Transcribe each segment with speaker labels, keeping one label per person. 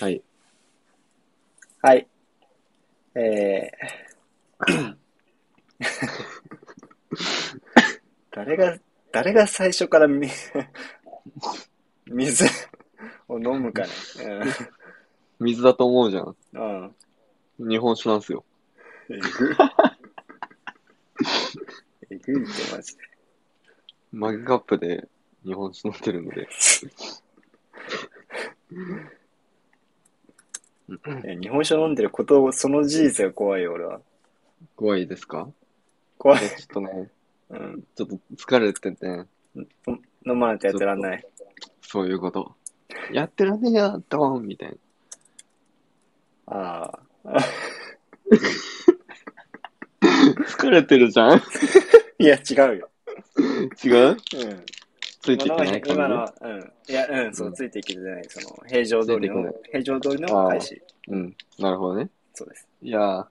Speaker 1: はい。
Speaker 2: はい。えー、 誰が、誰が最初からみ 水を飲むかね。
Speaker 1: 水だと思うじゃん。
Speaker 2: うん。うん。
Speaker 1: 日本酒なんすよ。
Speaker 2: えぐい。えぐいってマジで。
Speaker 1: マグカップで日本酒飲んでるんで。
Speaker 2: いや日本酒飲んでることを、その事実が怖いよ、俺は。
Speaker 1: 怖いですか
Speaker 2: 怖
Speaker 1: い
Speaker 2: い
Speaker 1: や。ちょっとね、
Speaker 2: うん。
Speaker 1: ちょっと疲れてて、
Speaker 2: 飲まないとやってらんない。
Speaker 1: そういうこと。やってらんねえや、ドーンみたいな。
Speaker 2: ああ。
Speaker 1: 疲れてるじゃん
Speaker 2: いや、違うよ。
Speaker 1: 違う
Speaker 2: うん。
Speaker 1: ついていけない感じ
Speaker 2: 今のは、うん。いや、うん、そうう、
Speaker 1: ん
Speaker 2: ついていけてない。その、平常通り
Speaker 1: ついて
Speaker 2: の
Speaker 1: い、
Speaker 2: 平常通りの開始。
Speaker 1: うん、なるほどね。
Speaker 2: そうです。
Speaker 1: いやー、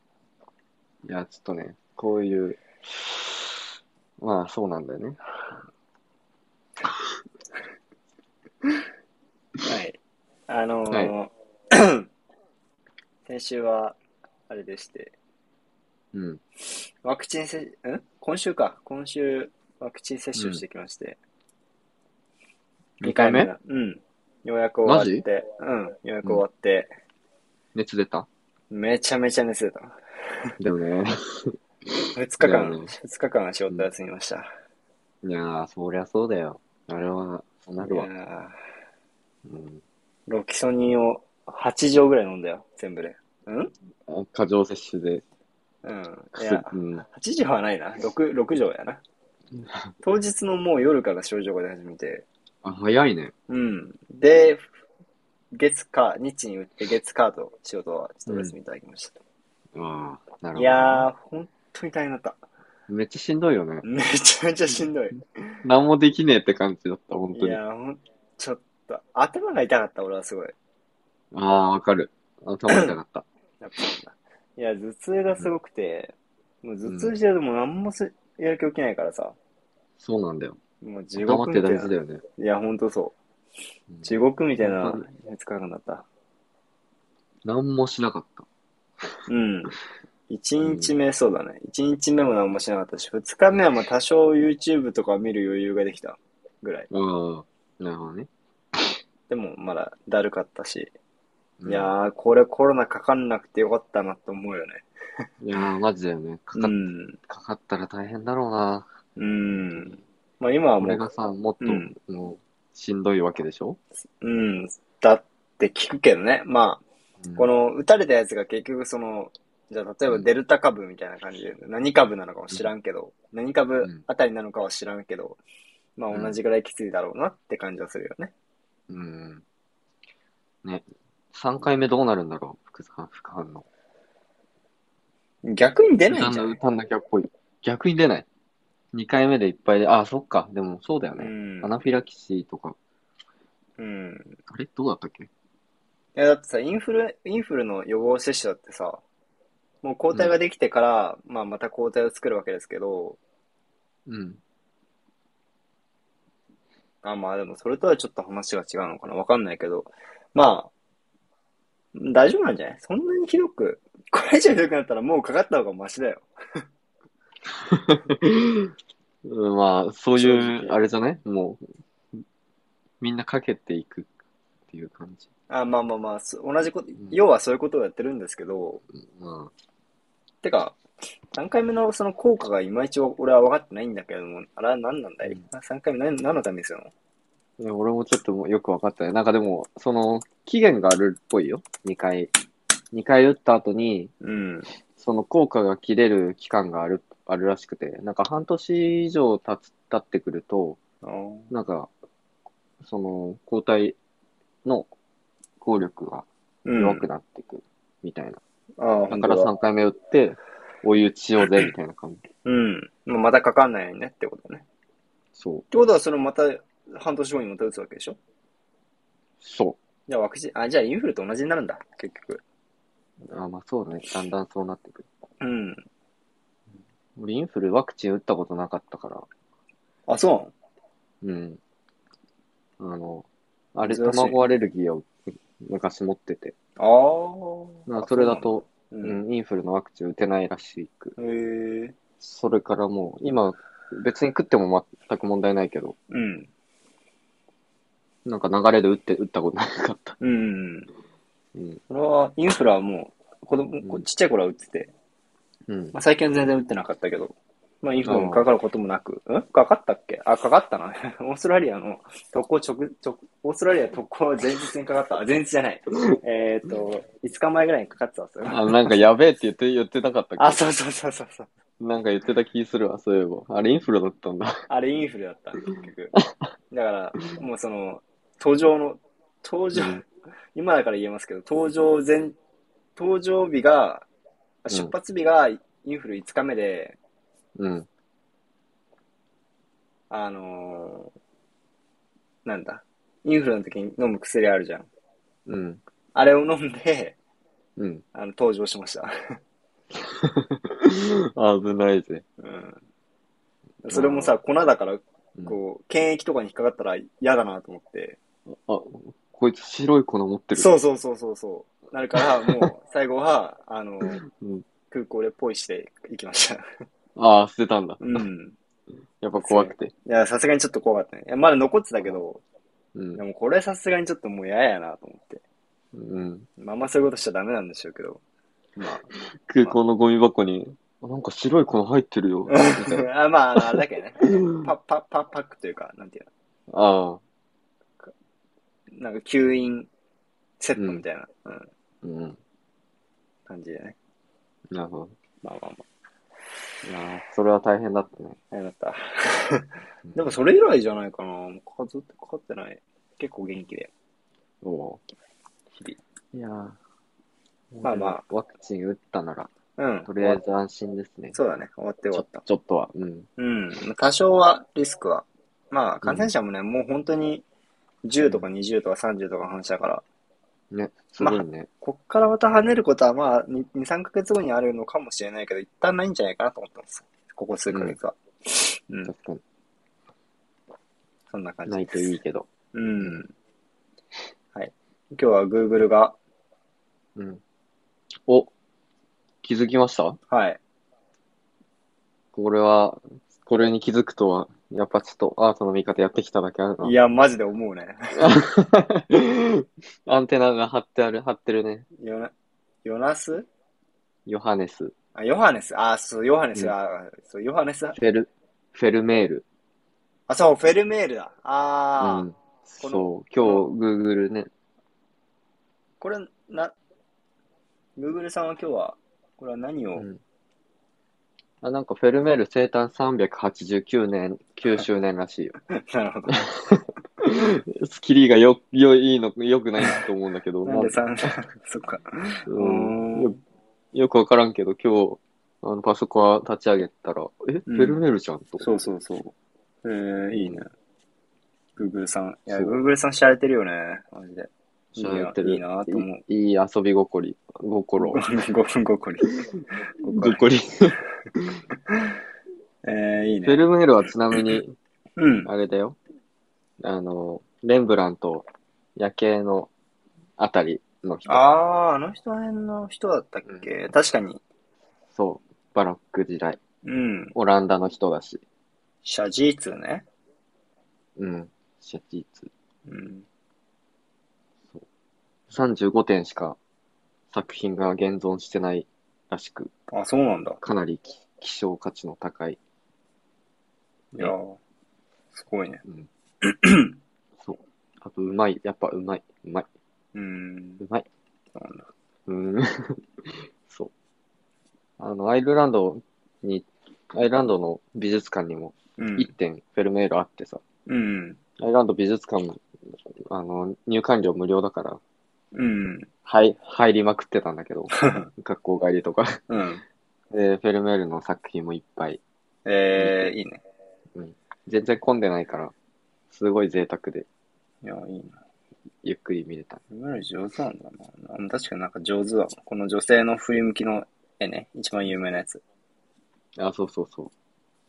Speaker 1: いや、ちょっとね、こういう、まあそうなんだよね。
Speaker 2: はい。あのー 先週は、あれでして、
Speaker 1: うん。
Speaker 2: ワクチン接、ん今週か。今週、ワクチン接種してきまして。
Speaker 1: 二
Speaker 2: 二
Speaker 1: 回目
Speaker 2: がうん。ようやく終わっ
Speaker 1: マ
Speaker 2: て、うん。ようやく終わって、
Speaker 1: 熱出た
Speaker 2: めちゃめちゃ熱出た。
Speaker 1: でもね、
Speaker 2: 二日間、
Speaker 1: だよね
Speaker 2: 二日間は仕事休みました。
Speaker 1: いやー、そりゃそうだよ。あれは、そうなるわ
Speaker 2: い。やー
Speaker 1: うん。
Speaker 2: ロキソニンを8錠ぐらい飲んだよ、全部で。うん
Speaker 1: 過剰摂取で、
Speaker 2: うん。い
Speaker 1: 薬
Speaker 2: や、
Speaker 1: うん。
Speaker 2: 8錠はないな。6、6錠やな。当日のもう夜から症状が出始めて。
Speaker 1: あ、早いね。
Speaker 2: うん。で、月か、日に打って月カード、仕事はちょっとお休みいただきました。
Speaker 1: ああ、なるほどね、
Speaker 2: いやー、本当に大変だった。
Speaker 1: めっちゃしんどいよね。
Speaker 2: めちゃめちゃしんどい。
Speaker 1: 何もできねえって感じだった、本
Speaker 2: い
Speaker 1: 当に。あ
Speaker 2: やー、ほん、ちょっと、頭が痛かった、俺はすごい。
Speaker 1: あー、わかる。頭痛かった。
Speaker 2: やっぱいや、頭痛がすごくて、もう頭痛してるともう何もすやる気起きないからさ、
Speaker 1: そうなんだよ。
Speaker 2: もう地
Speaker 1: 頭
Speaker 2: 獄
Speaker 1: っ
Speaker 2: み
Speaker 1: て
Speaker 2: たい
Speaker 1: 大
Speaker 2: な
Speaker 1: 事だ。よね。
Speaker 2: いや、ほんとそうう。
Speaker 1: ん
Speaker 2: 地獄みたいな
Speaker 1: 本
Speaker 2: 2日間だった。
Speaker 1: 何もしなかった。
Speaker 2: うん。1日目、そうだね。1日目も何もしなかったし、2日目はまあ多少 YouTube とか見る余裕ができたぐらい。
Speaker 1: ああ、なるほどね。
Speaker 2: でもまだだるかったし、
Speaker 1: うん
Speaker 2: いやー、これコロナかかんなくてよかったなと思うよね。
Speaker 1: いやー、マジだよね。かか,、
Speaker 2: うん。
Speaker 1: かかったら大変だろうな。
Speaker 2: うん。まあ今は
Speaker 1: こ
Speaker 2: も
Speaker 1: れ
Speaker 2: う
Speaker 1: がさ、もっと、
Speaker 2: うん
Speaker 1: もう、しんどいわけでしょ、
Speaker 2: うん、だって聞くけどね。ま
Speaker 1: うん
Speaker 2: あ、この打たれたやつが結局その、じゃあ例えばデルタ株みたいな感じで、何株なのかも知らんけど、何株あたりなのかは知らんけど、ま
Speaker 1: う
Speaker 2: あ
Speaker 1: ん
Speaker 2: 同じぐらいきついだろうなって感じはするよね。
Speaker 1: うん。ね。3回目どうなるんだろう副反副反応。
Speaker 2: 逆に出ないんじゃ
Speaker 1: 打
Speaker 2: ない
Speaker 1: たなきゃっぽい。逆に出ない。2回目でいっぱいで、ああ、そっか。でもそうだよ
Speaker 2: う
Speaker 1: ね。
Speaker 2: ん
Speaker 1: ア。ナフィラキシーとか。
Speaker 2: うん。
Speaker 1: あれどうだったっけ
Speaker 2: いやだってさ、インフル、インフルの予防接種だってさ、もう抗体ができてから、まあまた抗体を作るわけですけど、
Speaker 1: うん。
Speaker 2: あ、まあでもそれとはちょっと話が違うのかな。わかんないけど。まあ、大丈夫なんじゃないそんなにひどく、 これ以上ひどくなったらもうかかった方がマシだよ。
Speaker 1: うんまあ、そうい
Speaker 2: 正
Speaker 1: う、
Speaker 2: 直
Speaker 1: あれじゃないもう、みんなかけていくっていう感じ。
Speaker 2: あ、まあまあまあ、そ同じこと
Speaker 1: ん、
Speaker 2: 要はそういうことをやってるんですけど、
Speaker 1: うん。
Speaker 2: てか、3回目のその効果がいまいち俺は分かってないんだけども、あれは何なんだい、
Speaker 1: うん
Speaker 2: あ ?3 回目何何のためですよ
Speaker 1: いや俺もちょっともうよく分かったね。なんかでも、その、期限があるっぽいよ。2回。2回打った後に、
Speaker 2: うん。
Speaker 1: その効果が切れる期間がある、あるらしくて、なんか半年以上経つ、経ってくると、
Speaker 2: あー
Speaker 1: なんか、その、抗体の効力が
Speaker 2: うん。
Speaker 1: 弱くなってくみたいな。
Speaker 2: ああ、本
Speaker 1: だから
Speaker 2: 当だ
Speaker 1: 3回目打って、追い打ちしようぜ、みたいな感じ。
Speaker 2: うん。まあまたかかんないようにねってことね。っ
Speaker 1: そう。
Speaker 2: てことはそれまた半年後にまた打つわけでしょ
Speaker 1: そ
Speaker 2: じゃあワクチン、あ、じゃあインフルと同じになるんだ、結局。
Speaker 1: う。あまあそうだね。だんだんそうなってくる。
Speaker 2: うん。
Speaker 1: 俺、インフルワクチン打ったことなかったから、
Speaker 2: あ、そ
Speaker 1: う
Speaker 2: う
Speaker 1: ん。あの、あれ、
Speaker 2: 珍しい
Speaker 1: 卵アレルギーを昔持ってて。
Speaker 2: あー
Speaker 1: まあそれだ。と、
Speaker 2: う。
Speaker 1: うんん、インフルのワクチン打てないらしく。
Speaker 2: へえ。
Speaker 1: それからもう、今、別に食っても全く問題ないけど、
Speaker 2: うん。
Speaker 1: なんか流れで打って、打ったことなかった。
Speaker 2: うん。
Speaker 1: うん。
Speaker 2: それは、インフラはもう、子供、こうちっちゃい頃は打ってて、
Speaker 1: うん
Speaker 2: ま。あ、最近は全然打ってなかったけど、まあ、インフルもかかることもなく、うんかかったっけあ、かかったな。 オーストラリアの特攻直、直、オーストラリア特攻前日にかかった。あ前日じゃない。えっと、5日前ぐらいにかかってたんですよ。
Speaker 1: あ、なんかやべえって言って、言ってなかったっ
Speaker 2: あ、
Speaker 1: け
Speaker 2: そうそうそうそうそう。
Speaker 1: なんか言ってた気するわ、そういえば。あれインフルだったんだ。
Speaker 2: あれインフルだった、結局。だから、もうその、登場の、登場、
Speaker 1: うん
Speaker 2: 今だから言えますけど、登場前、登場日が、あ出発日がインフル5日目で、
Speaker 1: うん。
Speaker 2: あのー、なんだ、インフルの時に飲む薬あるじゃん。
Speaker 1: うん。
Speaker 2: あれを飲んで、
Speaker 1: うん。
Speaker 2: あの、登場しました。
Speaker 1: 危ないぜ。
Speaker 2: うん。それもさ、粉だから、
Speaker 1: うん
Speaker 2: こう、検疫とかに引っかかったら嫌だなと思って。
Speaker 1: あ、こいつ白い粉持ってる。
Speaker 2: そうそうそうそうそう。なるから、もう、最後は、あの、
Speaker 1: うん。
Speaker 2: 空港でポイして行きました。
Speaker 1: ああ、捨てたんだ。
Speaker 2: うん。
Speaker 1: やっぱ怖くて。
Speaker 2: いや、さすがにちょっと怖かったね。いやまだ残ってたけど、
Speaker 1: うん
Speaker 2: で。もこれさすがにちょっともう嫌やなと思って。
Speaker 1: うん。
Speaker 2: まああんまそういうことしちゃダメなんでしょうけど。まあ、
Speaker 1: 空港のゴミ箱に、あなんか白い粉入ってるよ。みたいな
Speaker 2: あまああの、あれだけど ね。パパパパックというか、なんていう
Speaker 1: ああ。
Speaker 2: の、なんか吸引セットみたいな、うん
Speaker 1: うん。
Speaker 2: 感じでね。
Speaker 1: なるほど。
Speaker 2: まあまあま
Speaker 1: いやーそれは大変だったね。
Speaker 2: あ。あれだった。でもそれ以来じゃないかな。もうかかずっとかかってない。結構元気で。
Speaker 1: おう
Speaker 2: 日
Speaker 1: いやー
Speaker 2: まあまあ。
Speaker 1: ワクチン打ったなら、
Speaker 2: うん。
Speaker 1: とりあえず安心ですね。
Speaker 2: そうだね。終わって
Speaker 1: ち
Speaker 2: 終わ
Speaker 1: ょ
Speaker 2: った。
Speaker 1: ちょっとは。うん。
Speaker 2: うん。多少はリスクは。まあ、感染者もね、もう本当に10とか20とか30とかの話だから、
Speaker 1: ね、すごいね。
Speaker 2: こっからまた跳ねることはまあ、2、3ヶ月後にあるのかもしれないけど、一旦ないんじゃないかなと思ってます。ここ数ヶ月は。うん
Speaker 1: 確かに。
Speaker 2: そんな感じ
Speaker 1: ないといいけど。
Speaker 2: うん。はい。今日は Google が、
Speaker 1: うん。お、気づきました
Speaker 2: はい。
Speaker 1: これは、これに気づくとは、やっぱちょっとアートの見方やってきただけあるな。
Speaker 2: いや、マジで思うね。
Speaker 1: アンテナが張ってある、張ってるね。
Speaker 2: ヨナ、ヨナス
Speaker 1: ヨハネス、
Speaker 2: あ、ヨハネス。あ、そう、ヨハネス。
Speaker 1: うん
Speaker 2: あ、そう、ヨハネス。
Speaker 1: フェル、フェルメール。
Speaker 2: あ、そう、フェルメールだ。
Speaker 1: う
Speaker 2: あー、
Speaker 1: ん。
Speaker 2: この
Speaker 1: そう、今日、Google ね。
Speaker 2: これ、な、Google さんは今日は、これは何を、
Speaker 1: うん。あ、なんかフェルメール生誕389年、9周年ら しいよ。
Speaker 2: なるほど。
Speaker 1: スキリがよ、よ、いいの、良く ないと思うんだけど、
Speaker 2: なんで
Speaker 1: ま
Speaker 2: さん、 そっか。
Speaker 1: あうん
Speaker 2: うーん
Speaker 1: よよくわからんけど、今日、あの、パソコン立ち上げたら、え、フェルメールじゃんと。
Speaker 2: そうそうそう。えー、いいね。Google さん。いや、
Speaker 1: そう
Speaker 2: Google さん知られてるよね。マジで。
Speaker 1: 知られてる
Speaker 2: いいないいなと思う。
Speaker 1: いいい遊び心、心
Speaker 2: ご。分ごこり。ごこ り。
Speaker 1: 心。フ
Speaker 2: えー、い
Speaker 1: ェ
Speaker 2: いね。
Speaker 1: ルメールはちなみに、
Speaker 2: うん。
Speaker 1: あれだよ。あの、レンブラント、夜景のあたりの人
Speaker 2: あ。あ、あの人辺の人だったっけ確かに。
Speaker 1: そう。バロック時代。
Speaker 2: うん。
Speaker 1: オランダの人だし。
Speaker 2: シャジーツーね。
Speaker 1: うん。シャチーツ。
Speaker 2: うん。
Speaker 1: 35点しか作品が現存してないらしく、
Speaker 2: あ、そうなんだ。
Speaker 1: かなり希希少価値の高い。
Speaker 2: いやーすごいね。
Speaker 1: うん。そう。あと、うまい。やっぱうまい。うまい。
Speaker 2: うん
Speaker 1: う。まい。
Speaker 2: そうなんだ。
Speaker 1: うん。 そう。あの、アイルランドに、アイルランドの美術館にも
Speaker 2: うん
Speaker 1: 1。点フェルメールあってさ、
Speaker 2: うん。
Speaker 1: アイルランド美術館も、あの、入館料無料だから、
Speaker 2: うん。
Speaker 1: はい、入りまくってたんだけど、学校帰りとか。
Speaker 2: うん。
Speaker 1: で、フェルメールの作品もいっぱい。
Speaker 2: えー、いいね。
Speaker 1: 全然混んでないから、すごい贅沢で、
Speaker 2: いや、いいな。
Speaker 1: ゆっくり見れた。
Speaker 2: いわゆる上手なんだな。うん確かになんか上手だわ。この女性の振り向きの絵ね。一番有名なやつ。
Speaker 1: あ、そうそうそう。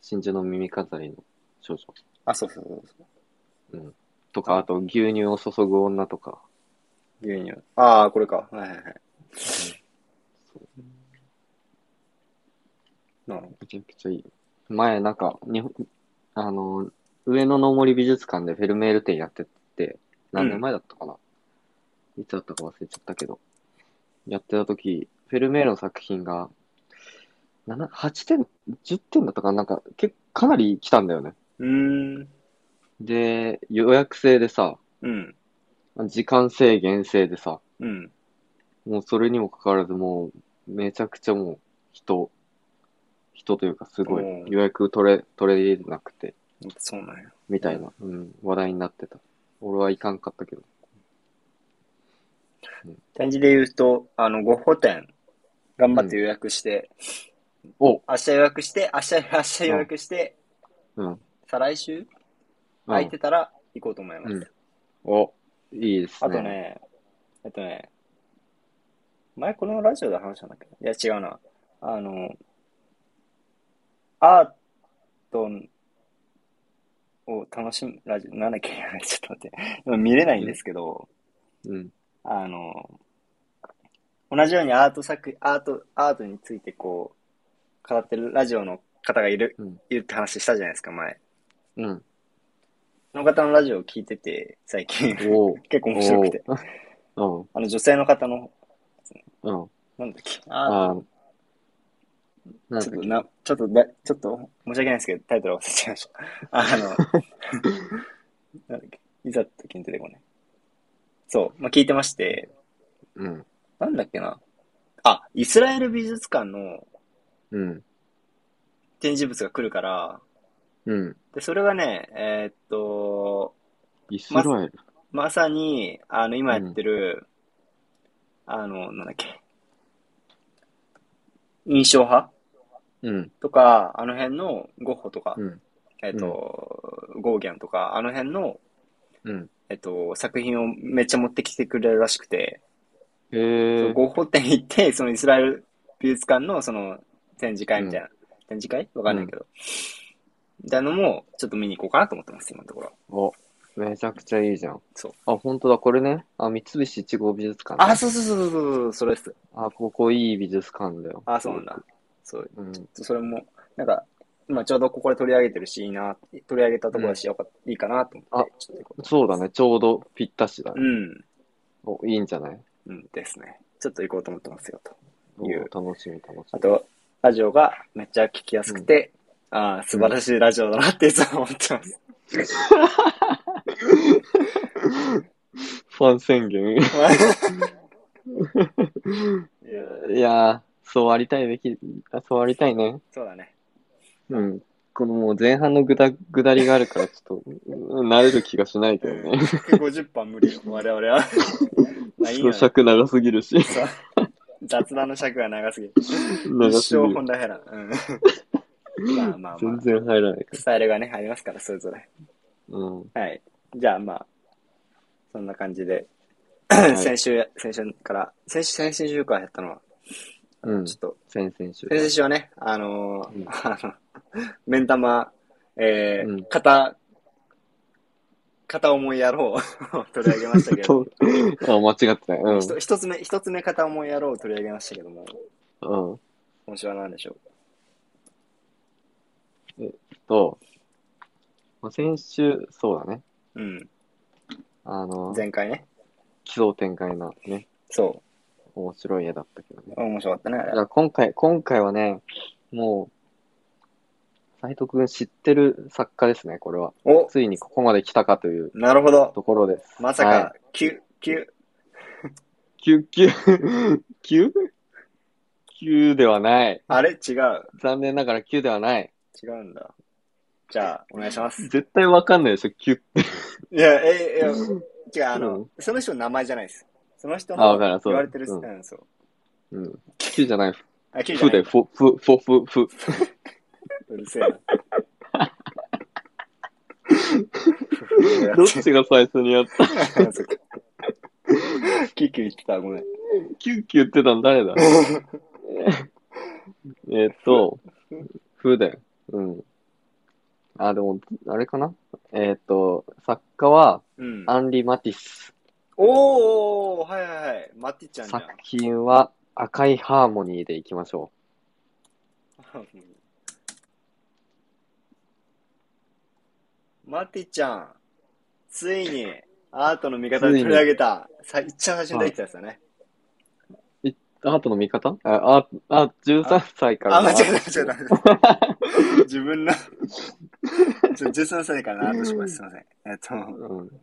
Speaker 1: 真珠の耳飾りの少女
Speaker 2: あ、そうそうそうそ
Speaker 1: とか、あと牛乳を注ぐ女とか、
Speaker 2: う。牛乳。ああ、これか。はいはいはい。なるほど。
Speaker 1: めちゃくちゃいいよ。前、なんか、日本、あの、上野の森美術館でフェルメール展やってて、何年前だったかな、いつだったか忘れちゃったけど、やってた時、フェルメールの作品が、7 8点、10点だったかななんか、けかなり来たんだよね。
Speaker 2: うーん。
Speaker 1: で、予約制でさ、
Speaker 2: うん。
Speaker 1: 時間制限制でさ、
Speaker 2: うん。
Speaker 1: もうそれにもかかわらず、もう、めちゃくちゃもう、人、人というか、すごい
Speaker 2: おー
Speaker 1: 予約取れ、取れなくて、
Speaker 2: そうなんや。
Speaker 1: みたいな、うん、話題になってた。俺はいかんかったけど。
Speaker 2: 感じで言うと、あの、ご保店、頑張って予約して、
Speaker 1: お
Speaker 2: 明日予約して、明日、明日予約して、
Speaker 1: うん。
Speaker 2: 再来週空いてたら行こうと思います。
Speaker 1: うんおいいです
Speaker 2: あ
Speaker 1: ね。
Speaker 2: と。ね、えっとね、前このラジオで話したんだっけいや、違うな。あの、アートを楽しむラジオ、なんだっけ ちょっと待って。今見れないんですけど、
Speaker 1: うん。
Speaker 2: あの、同じようにアート作、アート、アートについてこう、語ってるラジオの方がいる、
Speaker 1: うん
Speaker 2: いるって話したじゃないですか、前。
Speaker 1: うん。
Speaker 2: その方のラジオを聞いてて、最近、
Speaker 1: おお。
Speaker 2: 結構面白くて。
Speaker 1: お
Speaker 2: あの、女性の方 の、
Speaker 1: うん。うん。
Speaker 2: なんだっけ、ア
Speaker 1: あ
Speaker 2: ート
Speaker 1: ーなんだ
Speaker 2: ちょっ
Speaker 1: っ
Speaker 2: と
Speaker 1: け
Speaker 2: な、ちょっとだ、ちょっと、申し訳ないですけど、タイトル忘れちゃいました。あ の、なんだっけ、いざって時に出てこない。そう、まあ、聞いてまして、
Speaker 1: うん。
Speaker 2: なんだっけな。あ、イスラエル美術館の
Speaker 1: うん。
Speaker 2: 展示物が来るから、
Speaker 1: うん。
Speaker 2: で、それがね、えーっと、
Speaker 1: イスラエル。
Speaker 2: まさに、あの、今やってる、あの、なんだっけ、印象派
Speaker 1: うん。
Speaker 2: とか、あの辺のゴッホとか、
Speaker 1: うん。
Speaker 2: えっと、ゴーギャンとか、あの辺の、
Speaker 1: うん。
Speaker 2: えっと、作品をめっちゃ持ってきてくれるらしくて、
Speaker 1: へ
Speaker 2: その
Speaker 1: え。
Speaker 2: ゴッホ展行って、そのイスラエル美術館のその展示会みたいな、展示会わかんないけど。みたいなのも、ちょっと見に行こうかなと思ってます、今のところ。
Speaker 1: おめちゃくちゃいいじゃん。
Speaker 2: そう
Speaker 1: あ、本当だ、これね。あ、三菱一号美術館、
Speaker 2: あ、そうそうそうそうそう、それです。
Speaker 1: あ、ここいい美術館だよ。
Speaker 2: あ、そうなんだ。そう、
Speaker 1: うん。
Speaker 2: それも、なんか、今ちょうどここで取り上げてるし、いいな、取り上げたところだし、よかった、いいかなと思って、ちょっと行こ
Speaker 1: そうだね。ちょうどぴったしだ
Speaker 2: う。
Speaker 1: ね。
Speaker 2: うん、
Speaker 1: お、いいんじゃない
Speaker 2: うんですね。ちょっと行こうと思ってますよ、と。
Speaker 1: お
Speaker 2: いう
Speaker 1: 楽しみ、楽し
Speaker 2: あ
Speaker 1: み。
Speaker 2: と、ラジオがめっちゃ聞きやすくて、ああ、素晴らしいラジオだなっていつも思ってます。
Speaker 1: ファン宣言。
Speaker 2: いや
Speaker 1: いやー、そうありたいべき、あそうありたいね。
Speaker 2: そうだね。
Speaker 1: うん。このもう前半のぐだ、ぐだりがあるから、ちょっと、 うん慣れる気がしないけどね。
Speaker 2: 150番無理よ、我々 は。まあいいよね、
Speaker 1: 尺長 すぎるし、
Speaker 2: そう雑談の尺が長すぎる。
Speaker 1: 長
Speaker 2: 一
Speaker 1: すぎ
Speaker 2: 生
Speaker 1: る
Speaker 2: 本。題減らん。 うん、まあまあま
Speaker 1: 全
Speaker 2: あ、
Speaker 1: 然入らないから。
Speaker 2: スタイルがね、ありますから、それぞれ。
Speaker 1: うん。
Speaker 2: はい。じゃあまあ、そんな感じで、
Speaker 1: い
Speaker 2: 先週、先週から、先週、先々週からやったのは、
Speaker 1: うん
Speaker 2: ちょっと、
Speaker 1: 先々週。
Speaker 2: 先々週はね、あのー
Speaker 1: うん
Speaker 2: あの、 目ん玉、えー
Speaker 1: うん
Speaker 2: 片、片思い野郎を 取り上げま したけど、
Speaker 1: とあ、間違ってない。うん
Speaker 2: ひ。と一つ目、一つ目片思い野郎を取り上げましたけども、
Speaker 1: うん。
Speaker 2: 今週は何でしょ
Speaker 1: と、まあ、先週、そうだね。
Speaker 2: ううん、
Speaker 1: あの、
Speaker 2: 前回ね。
Speaker 1: 奇想天開なね、
Speaker 2: そ
Speaker 1: 面白い絵だったけどね
Speaker 2: う、。面白かったね、あ
Speaker 1: い
Speaker 2: れ。
Speaker 1: や今回、今回はね、もう、斉藤くん知ってる作家ですね、これは。
Speaker 2: お
Speaker 1: ついにここまで来たかという
Speaker 2: なるほど。
Speaker 1: ところです。
Speaker 2: まさ
Speaker 1: は
Speaker 2: か、きゅ、きゅ、
Speaker 1: い。急、急、急急ではない。
Speaker 2: あれ違う。
Speaker 1: 残念ながら急ではない。
Speaker 2: 違うんだ。じゃあ、お願い します。
Speaker 1: 絶対わかんないでしょ、急って。
Speaker 2: いや、え、いや、違う、あの、
Speaker 1: うん
Speaker 2: その人の名前じゃないです。その人
Speaker 1: あわ
Speaker 2: の
Speaker 1: かるそう
Speaker 2: 言われてる、
Speaker 1: うん
Speaker 2: うん、そう。
Speaker 1: うん。急じゃない。
Speaker 2: あ、きゅうじゃ
Speaker 1: ふ
Speaker 2: な
Speaker 1: で、
Speaker 2: い
Speaker 1: ふ、ふ、ふ、ふ、ふ。
Speaker 2: うるせえな。
Speaker 1: どっちが最初にやった
Speaker 2: キュキュ言ってた、ごめん。
Speaker 1: 急急言ってたの誰だえっと、ふだよ。うん。あ、でも、あれかなえっと、作家は、
Speaker 2: うん。
Speaker 1: アンリ・マティス。
Speaker 2: おー、はいはいはい。マティちゃんじゃ
Speaker 1: 作品は赤いハーモニーでいきましょ
Speaker 2: ん。 マティちゃん、ついにアートの味方に取り上げた、さ一番最初に出てきたやつだね。
Speaker 1: う。アートの見方あ、あ、あ、13歳から
Speaker 2: あ、
Speaker 1: の
Speaker 2: 間違えた、間違えた。 自分の、ちょ13歳からな、アートします。すいません。えっと、
Speaker 1: うん。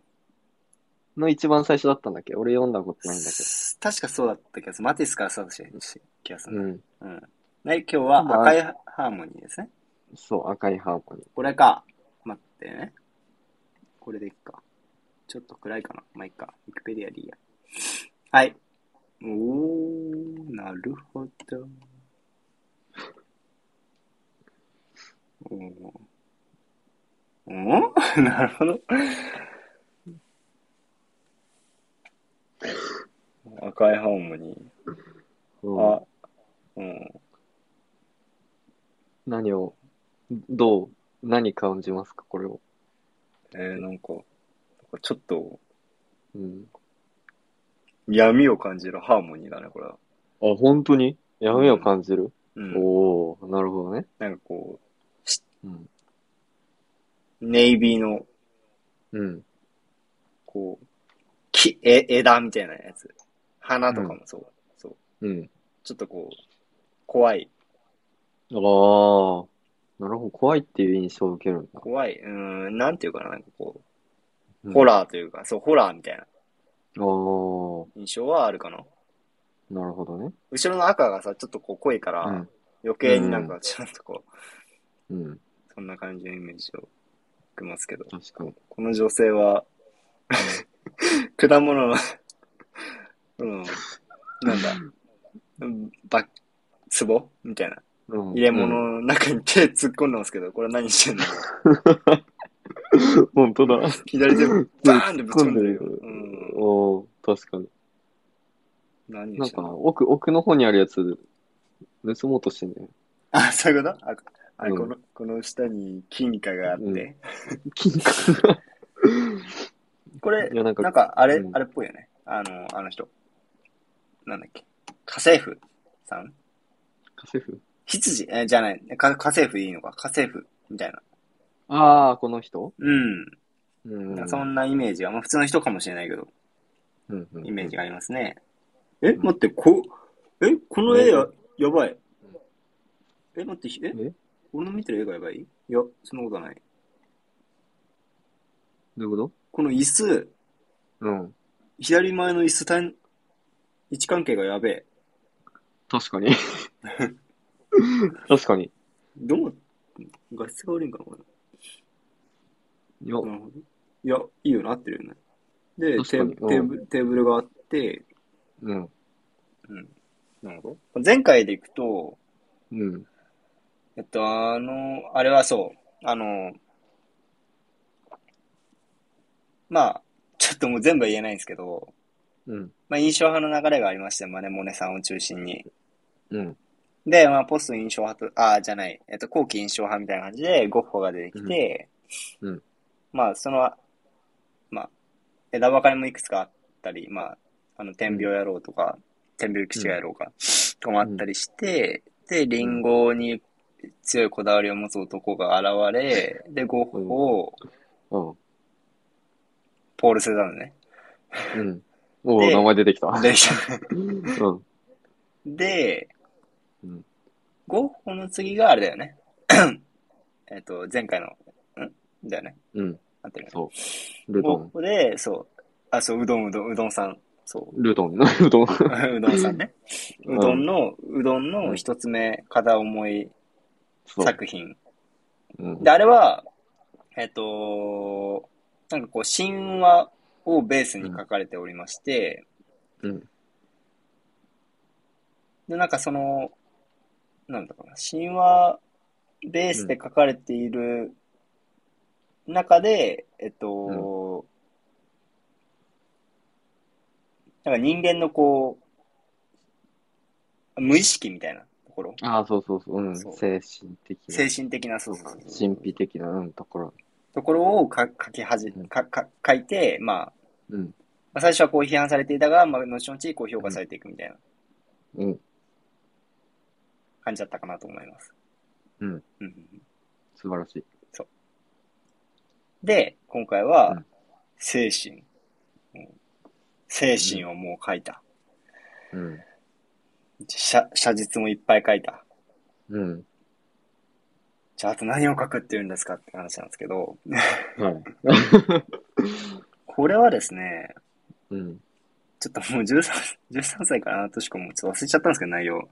Speaker 1: の一番最初だったんだっけ俺読んだことないんだけ
Speaker 2: 確かそうだった気がする。マティスからスタートして気がす
Speaker 1: ど。
Speaker 2: る。
Speaker 1: うん。
Speaker 2: うん。はい、今日は赤いハーモニーですね。
Speaker 1: そう、赤いハーモニー。
Speaker 2: これか。待ってね。これでいっか。ちょっと暗いかな。まあ、いっか。ウィキペディアでいいや。はい。おー、なるほど。おー。おー なるほど。赤いハーモニ
Speaker 1: うん
Speaker 2: ー。あ、うん。
Speaker 1: 何を、どう、何感じますかこれを。
Speaker 2: えー、なんか、なんかちょっと、
Speaker 1: うん。
Speaker 2: 闇を感じるハーモニーだね、これは。
Speaker 1: あ、本当に闇を感じる、
Speaker 2: うん。
Speaker 1: おおなるほどね。
Speaker 2: なんかこ
Speaker 1: うん。
Speaker 2: う、ネイビーの、
Speaker 1: うん。
Speaker 2: こう、木、え、枝みたいなやつ。花とかもそう。そう。
Speaker 1: うん。
Speaker 2: ちょっとこう、怖い。
Speaker 1: ああ、なるほど。怖いっていう印象を受けるんだ。
Speaker 2: 怖い。うーん、なんていうかな、なんかこ
Speaker 1: うん
Speaker 2: う、ホラーというか、そう、ホラーみたいな
Speaker 1: ああ、
Speaker 2: 印象はあるかな。
Speaker 1: なるほどね。
Speaker 2: 後ろの赤がさ、ちょっとこう濃いから、
Speaker 1: うん
Speaker 2: 余計になんかちょっとこう、
Speaker 1: うん。
Speaker 2: そんな感じのイメージを受けますけど。
Speaker 1: 確かに。
Speaker 2: この女性は、果物の、うん、なんだ、うんば、壺みたいな。
Speaker 1: うん
Speaker 2: 入れ物の中に手突っ込んでますけど、これ何してんの
Speaker 1: 本当だ。
Speaker 2: 左手、バーンってぶち込んでるよ
Speaker 1: 突っ。
Speaker 2: う
Speaker 1: 込んでる
Speaker 2: ん。
Speaker 1: おお確かに。
Speaker 2: 何
Speaker 1: なん
Speaker 2: して
Speaker 1: か、
Speaker 2: んの
Speaker 1: 奥、奥の方にあるやつ、盗もうとしてんだよ。
Speaker 2: あ、そういうことあ、あ
Speaker 1: うん
Speaker 2: この、この下に金貨があって。
Speaker 1: うん金 貨が。
Speaker 2: これ
Speaker 1: い、や、なんか、
Speaker 2: なんか、あれ、
Speaker 1: うん
Speaker 2: あれっぽいよね。あの、あの人。なんだっけ。家政婦さん
Speaker 1: 家政婦
Speaker 2: 羊えじゃない。か家政婦でいいのか。家政婦みたいな。
Speaker 1: ああ、この人
Speaker 2: うん。
Speaker 1: うん
Speaker 2: なんかそんなイメージが、まあ普通の人かもしれないけど、
Speaker 1: うんうん
Speaker 2: イメージがありますね。え、待って、こ、え、この絵や、やばい。え、待って、ひえ
Speaker 1: え
Speaker 2: 俺の見てる絵がやばいいや、そんなことはない。
Speaker 1: どういうこ
Speaker 2: この椅子、
Speaker 1: とうん。
Speaker 2: 左前の椅子単、位置関係がやべえ。
Speaker 1: 確か に。確かに。
Speaker 2: どう、画質が悪いんかな、こ
Speaker 1: いや、
Speaker 2: れ。なるほど。いや、いいよな、合ってるよね。で、
Speaker 1: 確か
Speaker 2: テー
Speaker 1: に
Speaker 2: ブテーブル、テーブルがあって、
Speaker 1: うん。
Speaker 2: なるほど。前回でいくと、
Speaker 1: うん。
Speaker 2: えっと、あの、あれはそう、あの、まあ、ちょっともう全部は言えないんですけど、
Speaker 1: うん。
Speaker 2: まあ、印象派の流れがありまして、マネモネさんを中心に。
Speaker 1: うん。
Speaker 2: で、まあ、ポスト印象派と、ああ、じゃない、えっと、後期印象派みたいな感じで、ゴッホが出てきて、
Speaker 1: うんうん
Speaker 2: まあ、その、まあ、枝分かれもいくつかあったり、まあ、あの、天秤やろうとか、天秤吉がやろうか、とかもあったりして、で、リンゴに強いこだわりを持つ男が現れ、で、ゴッホを、
Speaker 1: うん。
Speaker 2: ポール・セザンヌね、
Speaker 1: うん。おお
Speaker 2: で
Speaker 1: 名前出てきた。
Speaker 2: 出てきた。
Speaker 1: うん。
Speaker 2: で
Speaker 1: うん、
Speaker 2: ゴッホの次があれだよね。 えっと、前回の、んだよね。
Speaker 1: うん。
Speaker 2: 合ってるよね
Speaker 1: そう。ルト
Speaker 2: ゴッ
Speaker 1: ン。
Speaker 2: ホで、そう、あ、そう、うどん、うどん、うどんさん。 そう。
Speaker 1: ルトン。ルトン。
Speaker 2: うどんさんね。
Speaker 1: うん
Speaker 2: うどんの、うどんの一つ目、片思い
Speaker 1: そう。
Speaker 2: 作品。
Speaker 1: うん
Speaker 2: で、。あれは、えっと、なんかこう、神話をベースに書かれておりまして、
Speaker 1: うん。
Speaker 2: で、なんかその、なんだろうな、神話ベースで書かれている中で、えっと、なんか人間のこう、無意識みたいなところ、
Speaker 1: ああ、そうそうそう。うん。
Speaker 2: そう
Speaker 1: 精神的な。
Speaker 2: 精神的な、そうそうそう
Speaker 1: 神秘的な、うん、ところ。
Speaker 2: ところをか書き始
Speaker 1: うん
Speaker 2: め、か、か、書いて、まあ、
Speaker 1: うん。
Speaker 2: まあ、最初はこう批判されていたが、まあ、後々こう評価されていくみたいな
Speaker 1: うん。
Speaker 2: 感じだったかなと思います。
Speaker 1: うん
Speaker 2: うんうん
Speaker 1: 素晴らしい。
Speaker 2: で、今回
Speaker 1: う
Speaker 2: は
Speaker 1: ん、
Speaker 2: 精神、うん精神をもう書いた。
Speaker 1: うん。
Speaker 2: 写写実もいっぱい書いた。
Speaker 1: うん。
Speaker 2: じゃあ、あと何を書くっていうんですかって話なんですけど、
Speaker 1: はい。
Speaker 2: これはですね、
Speaker 1: うん。
Speaker 2: ちょっともう13、13歳かな、としかもうちょっと忘れちゃったんですけど、内容。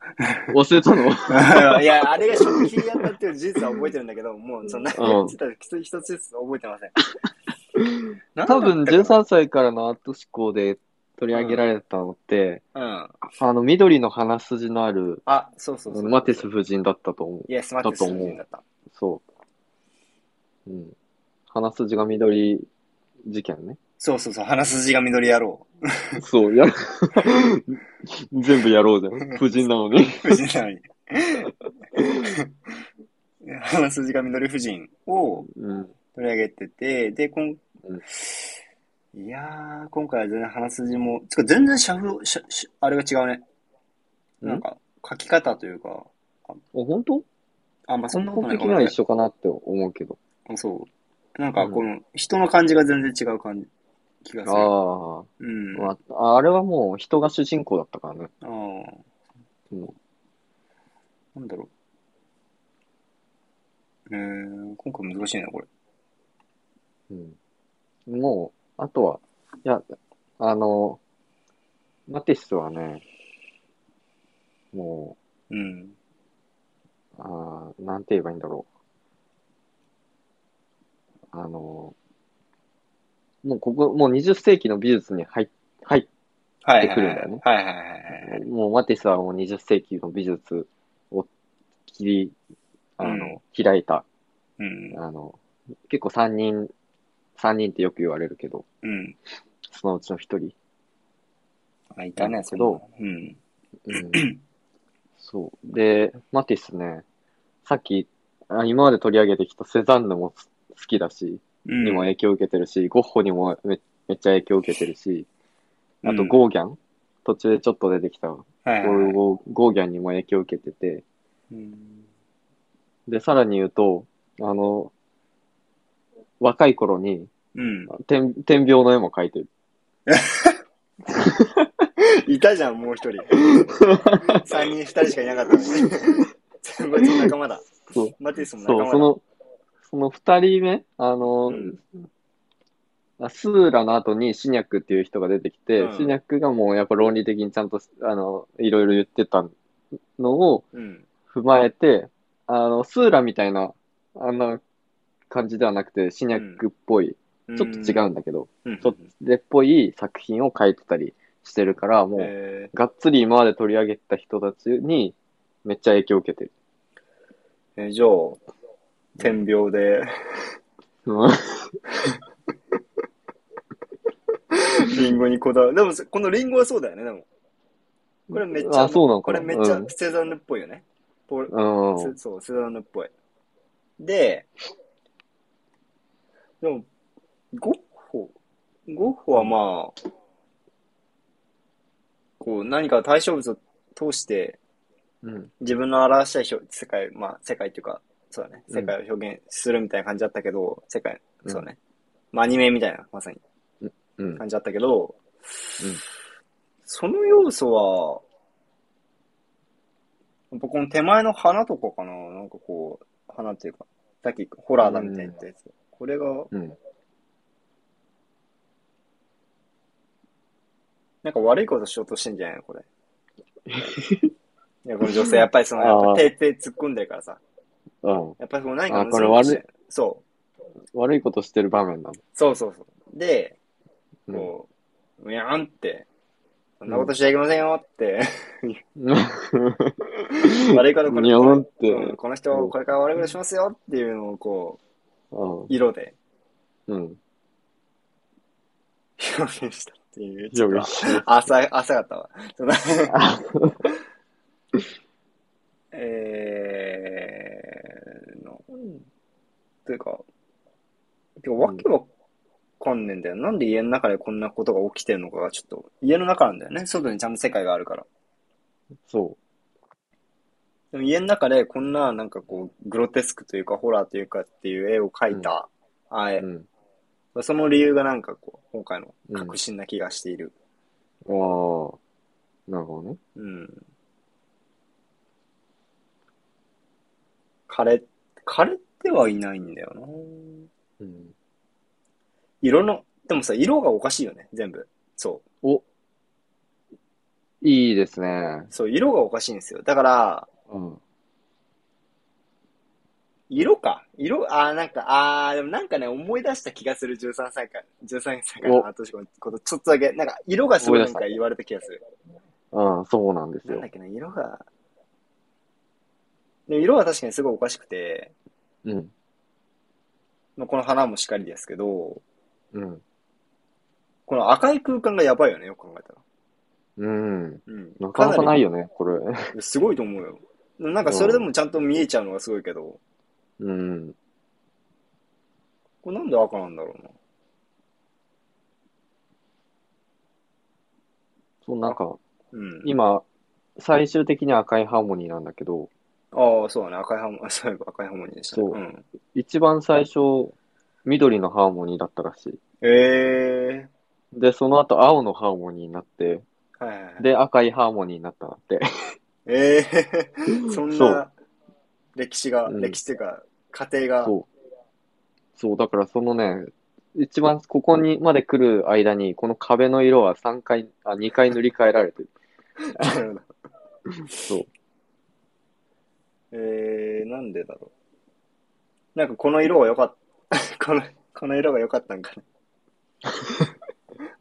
Speaker 1: 忘れた の
Speaker 2: いや、あれが食品やったっていう事実は覚えてるんだけど、もう、その内容自体は一つ一つずつ覚えてませ ん。な
Speaker 1: 多
Speaker 2: んだったか
Speaker 1: 分
Speaker 2: な
Speaker 1: 13歳からのアート思考で取り上げられたのって、
Speaker 2: うん。
Speaker 1: あの、緑の鼻筋のある、
Speaker 2: あ、そうそうそう。
Speaker 1: マティス夫人だったと思う。
Speaker 2: イエス、マティス夫人だった。
Speaker 1: そう。うん。鼻筋が緑事件ね。
Speaker 2: そうそうそう、鼻筋が緑野郎。
Speaker 1: そう、や、 全部やろうじゃん。夫人なのに。
Speaker 2: 夫人なのに。鼻筋が緑夫人を
Speaker 1: うん。
Speaker 2: 取り上げてて、で、こん
Speaker 1: うん、
Speaker 2: いやー、今回は全然鼻筋も、つか全然シャフ、シャシャあれが違うね。
Speaker 1: うん
Speaker 2: なんか、書き方というか、
Speaker 1: お、本当
Speaker 2: あ、まあそんなこ
Speaker 1: 本
Speaker 2: とない
Speaker 1: 的
Speaker 2: か
Speaker 1: に
Speaker 2: も
Speaker 1: は
Speaker 2: ね
Speaker 1: 一。緒かなって思うけど。
Speaker 2: あそう。なんか、この、人の感じが全然違う感じ、気がする。
Speaker 1: あ
Speaker 2: うん。
Speaker 1: あ、まあ、あれはもう人が主人公だったからね。
Speaker 2: あー
Speaker 1: うん
Speaker 2: なんだろう。えー、今回難しいね、これ。
Speaker 1: うん、もう、あとは、いや、あの、マティスはね、も
Speaker 2: うん。
Speaker 1: う、あーなんて言えばいいんだろう。あの、もうここ、もう20世紀の美術に入っ入っ
Speaker 2: はい
Speaker 1: て
Speaker 2: は
Speaker 1: く
Speaker 2: い
Speaker 1: る
Speaker 2: は
Speaker 1: んだよ
Speaker 2: い
Speaker 1: ね。
Speaker 2: はいはいはいはい。
Speaker 1: もうマティスはもう20世紀の美術を切り、あの、開いた、
Speaker 2: うん。
Speaker 1: あの、結構3人、3人ってよく言われるけど、
Speaker 2: うん。
Speaker 1: そのうちの1人。
Speaker 2: あ、いた
Speaker 1: な
Speaker 2: ね
Speaker 1: ん、だ
Speaker 2: そ
Speaker 1: け
Speaker 2: んな
Speaker 1: ど
Speaker 2: の。うん。
Speaker 1: うんそう。で、マティスね、さっき、あ今まで取り上げてきたセザンヌもす好きだし、
Speaker 2: うん
Speaker 1: にも影響を受けてるし、ゴッホにもめめっちゃ影響を受けてるし、あと
Speaker 2: うん
Speaker 1: ゴーギャン、途中でちょっと出てきたゴ
Speaker 2: はいはい
Speaker 1: ー
Speaker 2: はい。
Speaker 1: ゴーゴーギャンにも影響を受けてて、
Speaker 2: うん。
Speaker 1: で、さらに言うと、あの、若い頃に
Speaker 2: うん。
Speaker 1: 天天病の絵も描いてる。
Speaker 2: いたじゃん、もう 一人。三人、二人しかいなかった のに。全部仲間だ。
Speaker 1: そう、
Speaker 2: マティスも仲
Speaker 1: そ
Speaker 2: 間だ。
Speaker 1: うその、その二人目、あの、
Speaker 2: うん
Speaker 1: あスーラの後にシニャックっていう人が出てきて、
Speaker 2: うん
Speaker 1: シニャックがもうやっぱ論理的にちゃんとあのいろいろ言ってたのを
Speaker 2: うん。
Speaker 1: 踏まえて、あのスーラみたいなあんな感じではなくてシニャックっぽい、ちょっと違うんだけど、
Speaker 2: うん。
Speaker 1: ちょっでっぽい作品を描いてたりしてるから、もう、
Speaker 2: え
Speaker 1: がっつり今まで取り上げてた人たちにめっちゃ影響を受けてる。
Speaker 2: ーえー、じゃあ、天病 で、リンゴにこだわる。でも、このリンゴはそうだよね、でも。これめっち ゃ、
Speaker 1: あそうなの
Speaker 2: こ
Speaker 1: か
Speaker 2: れ
Speaker 1: な
Speaker 2: めっちゃ
Speaker 1: うん
Speaker 2: セザンヌっぽいよね。ポル
Speaker 1: うん。
Speaker 2: せそう、セザンヌっぽい。で、でも、ゴッホ、ゴッホはまあ、こう、何か対象物を通して、
Speaker 1: うん。
Speaker 2: 自分の表したい表世界、まあ、世界っていうか、そうだね、
Speaker 1: うん
Speaker 2: 世界を表現するみたいな感じだったけど、世界、
Speaker 1: うん
Speaker 2: そうね。まあ、アニメみたいな、まさに。
Speaker 1: うん。
Speaker 2: 感じだったけど、その要素は、やっぱこの手前の花とかかななんかこう、花っていうか、さっきホラーだみたいなやつ。これが、
Speaker 1: うん。
Speaker 2: なんか悪いことしようとしてんじゃないの これ。いや、この女性、やっぱりその、やっ
Speaker 1: あ
Speaker 2: ぱ
Speaker 1: ー
Speaker 2: 手、手突っ込んでるからさ。
Speaker 1: うん。
Speaker 2: やっぱりこう何か
Speaker 1: あーこれ
Speaker 2: 盗もうとしてそう。
Speaker 1: 悪いことしてる場面な
Speaker 2: そうそうそう。で、
Speaker 1: の。
Speaker 2: こう、うやんって、そんなことしちゃいけませんよって、
Speaker 1: うん。
Speaker 2: 悪いことこ
Speaker 1: に
Speaker 2: れ、
Speaker 1: ゃんって。
Speaker 2: うんこの人をこれから悪いことしますよっていうのをこ
Speaker 1: うん
Speaker 2: う、。色で
Speaker 1: うん。
Speaker 2: 表現したっていう。
Speaker 1: 表
Speaker 2: ちょっ
Speaker 1: 現
Speaker 2: と
Speaker 1: してる
Speaker 2: 浅、浅かった わ。ちょっと
Speaker 1: あ
Speaker 2: えーの、というか、てかわけわかんねえんだよ。なんで家の中でこんなことが起きてるのかがちょっと、家の中なんだよね。外にちゃんと世界があるから。
Speaker 1: そ
Speaker 2: でも家の中でこんななんかこう、グロテスクというかホラーというかっていう絵を描いた、あ
Speaker 1: う。
Speaker 2: え
Speaker 1: う、ん。
Speaker 2: その理由がなんかこう、今回の
Speaker 1: うん。ああ
Speaker 2: 確信な気がしている。、
Speaker 1: なるほどね。
Speaker 2: うん。枯れ、枯れてはいないんだよな。
Speaker 1: うん。
Speaker 2: 色の、でもさ、色がおかしいよね、全部。そう。
Speaker 1: お、いいですね。
Speaker 2: そう、色がおかしいんですよ。だから、
Speaker 1: うん。
Speaker 2: 色か。色、あーなんか、あーでもなんかね、思い出した気がする、13歳から、13歳から
Speaker 1: お
Speaker 2: の後のこと、ちょっとだけ、なんか、色がすごいなん
Speaker 1: 思
Speaker 2: か
Speaker 1: い出した
Speaker 2: 言われた気がする。
Speaker 1: うん、そうなんです
Speaker 2: なん
Speaker 1: よ
Speaker 2: だっ。けな、色が、で色は確かにすごいおかしくて、
Speaker 1: うん。
Speaker 2: まあこの花もしかりですけど、
Speaker 1: うん。
Speaker 2: この赤い空間がやばいよね、よく考えたら。
Speaker 1: うん。
Speaker 2: うん。
Speaker 1: なかなかない
Speaker 2: よ。
Speaker 1: よね、これ。
Speaker 2: すごいと思うよ。なんかそれでもちゃんと見えちゃうのがすごいけど、
Speaker 1: うん。
Speaker 2: これなんで赤なんだろうな。
Speaker 1: そう、なんか、
Speaker 2: うん。
Speaker 1: 今、最終的に赤いハーモニーなんだけど、
Speaker 2: ああ、そうだね、赤いハーモニー、そういえば赤いハーモニーでしたね。。
Speaker 1: そうん一番最初、緑のハーモニーだったらしい。
Speaker 2: ええ
Speaker 1: で、その後、青のハーモニーになって、
Speaker 2: ー。はいはいはい。
Speaker 1: で、赤いハーモニーになったんだって。
Speaker 2: ええそん
Speaker 1: そう
Speaker 2: な歴史が、
Speaker 1: うん
Speaker 2: 歴史というか、家庭が、
Speaker 1: そう。そう、だからそのね、一番ここにまで来る間に、この壁の色は3回、あ、2回塗り替えられてる。
Speaker 2: なるほど
Speaker 1: そう。
Speaker 2: えー、なんでだろう。なんかこの色が良かった。 この、この色が良かったんかな。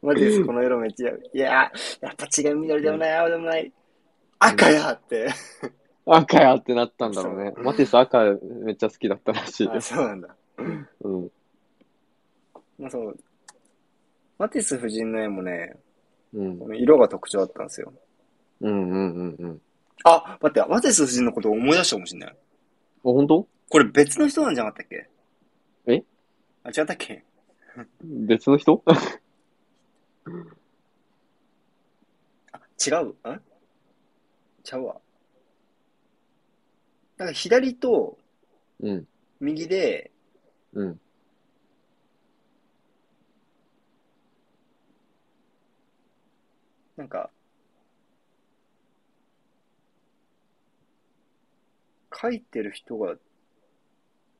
Speaker 2: マジです、この色めっちゃ。いやー、やっぱ違う緑でもない、青でもない。赤やって。
Speaker 1: 赤やってなったんだろうね。マティス赤めっちゃ好きだったらしいで
Speaker 2: あ、
Speaker 1: す。
Speaker 2: そうなんだ。
Speaker 1: うん。
Speaker 2: まあそう。マティス夫人の絵もね、
Speaker 1: うん。
Speaker 2: この色が特徴だったんですよ。
Speaker 1: うんうんうんうん。
Speaker 2: あ、待って、マティス夫人のことを思い出したかもしれない。
Speaker 1: お、本当
Speaker 2: これ別の人なんじゃなかったっけ
Speaker 1: え
Speaker 2: あ、違ったっけ
Speaker 1: 別の人
Speaker 2: 違う、んちゃうわ。なんか左と
Speaker 1: うん。
Speaker 2: 右で、
Speaker 1: うん。
Speaker 2: なんか、書いてる人が、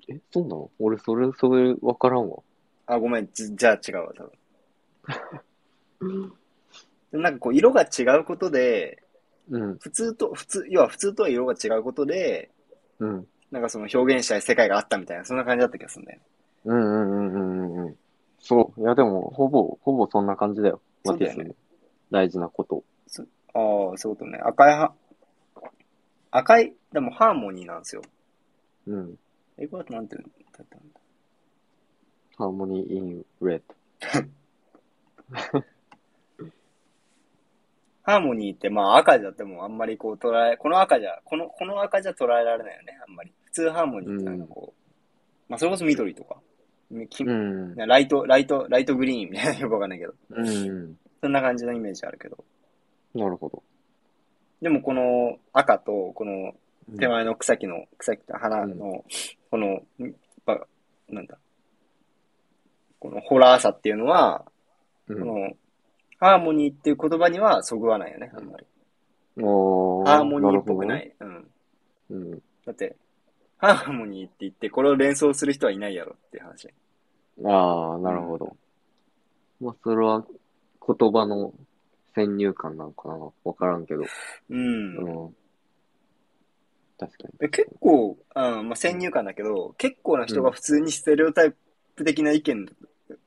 Speaker 1: え、そうなの俺、それ、それ、わからんわ。
Speaker 2: あ、ごめん、じ、じゃあ違うわ、多分。でなんかこう、色が違うことで、
Speaker 1: うん。
Speaker 2: 普通と、普通、要は普通とは色が違うことで、
Speaker 1: うん。
Speaker 2: なんかその表現したい世界があったみたいな、そんな感じだった気がするんだよね。
Speaker 1: うんうんうんうんうんうん。そう。いや、でも、ほぼ、ほぼそんな感じだよ。マティス
Speaker 2: そうだよ
Speaker 1: の大事なこと。
Speaker 2: ああ、そういうことね。赤いは、赤い、でもハーモニーなんですよ。
Speaker 1: うん。
Speaker 2: 英語だとなんて言うんだったんだ。
Speaker 1: ハーモニー・イン・レッド。
Speaker 2: ハーモニーって、まあ赤じゃってもあんまりこう捉え、この赤じゃ、この、この赤じゃ捉えられないよね、あんまり。普通ハーモニーってなんかこう、まあそれこそ緑とか、みき
Speaker 1: うん。
Speaker 2: ライト、ライト、ライトグリーンみたいな、よくわかんないけど。
Speaker 1: うん。
Speaker 2: そんな感じのイメージあるけど。
Speaker 1: なるほど。
Speaker 2: でもこの赤と、この手前の草木の、草木と花の、この、んばなんだ、このホラーさっていうのは、
Speaker 1: うん
Speaker 2: この、ハーモニーっていう言葉にはそぐわないよね、あんまり。
Speaker 1: お
Speaker 2: ハーモニーっぽくな
Speaker 1: る
Speaker 2: い。うん。
Speaker 1: ほどね
Speaker 2: だって、ハーモニーって言って、これを連想する人はいないやろっていう話。
Speaker 1: うん。ああ、なるほど。まあ、それは言葉の先入観なのかなわからんけど。
Speaker 2: うん。
Speaker 1: うん。確か
Speaker 2: で結構、うんまあ、先入観だけど、結構な人が普通にステレオタイプ的な意見、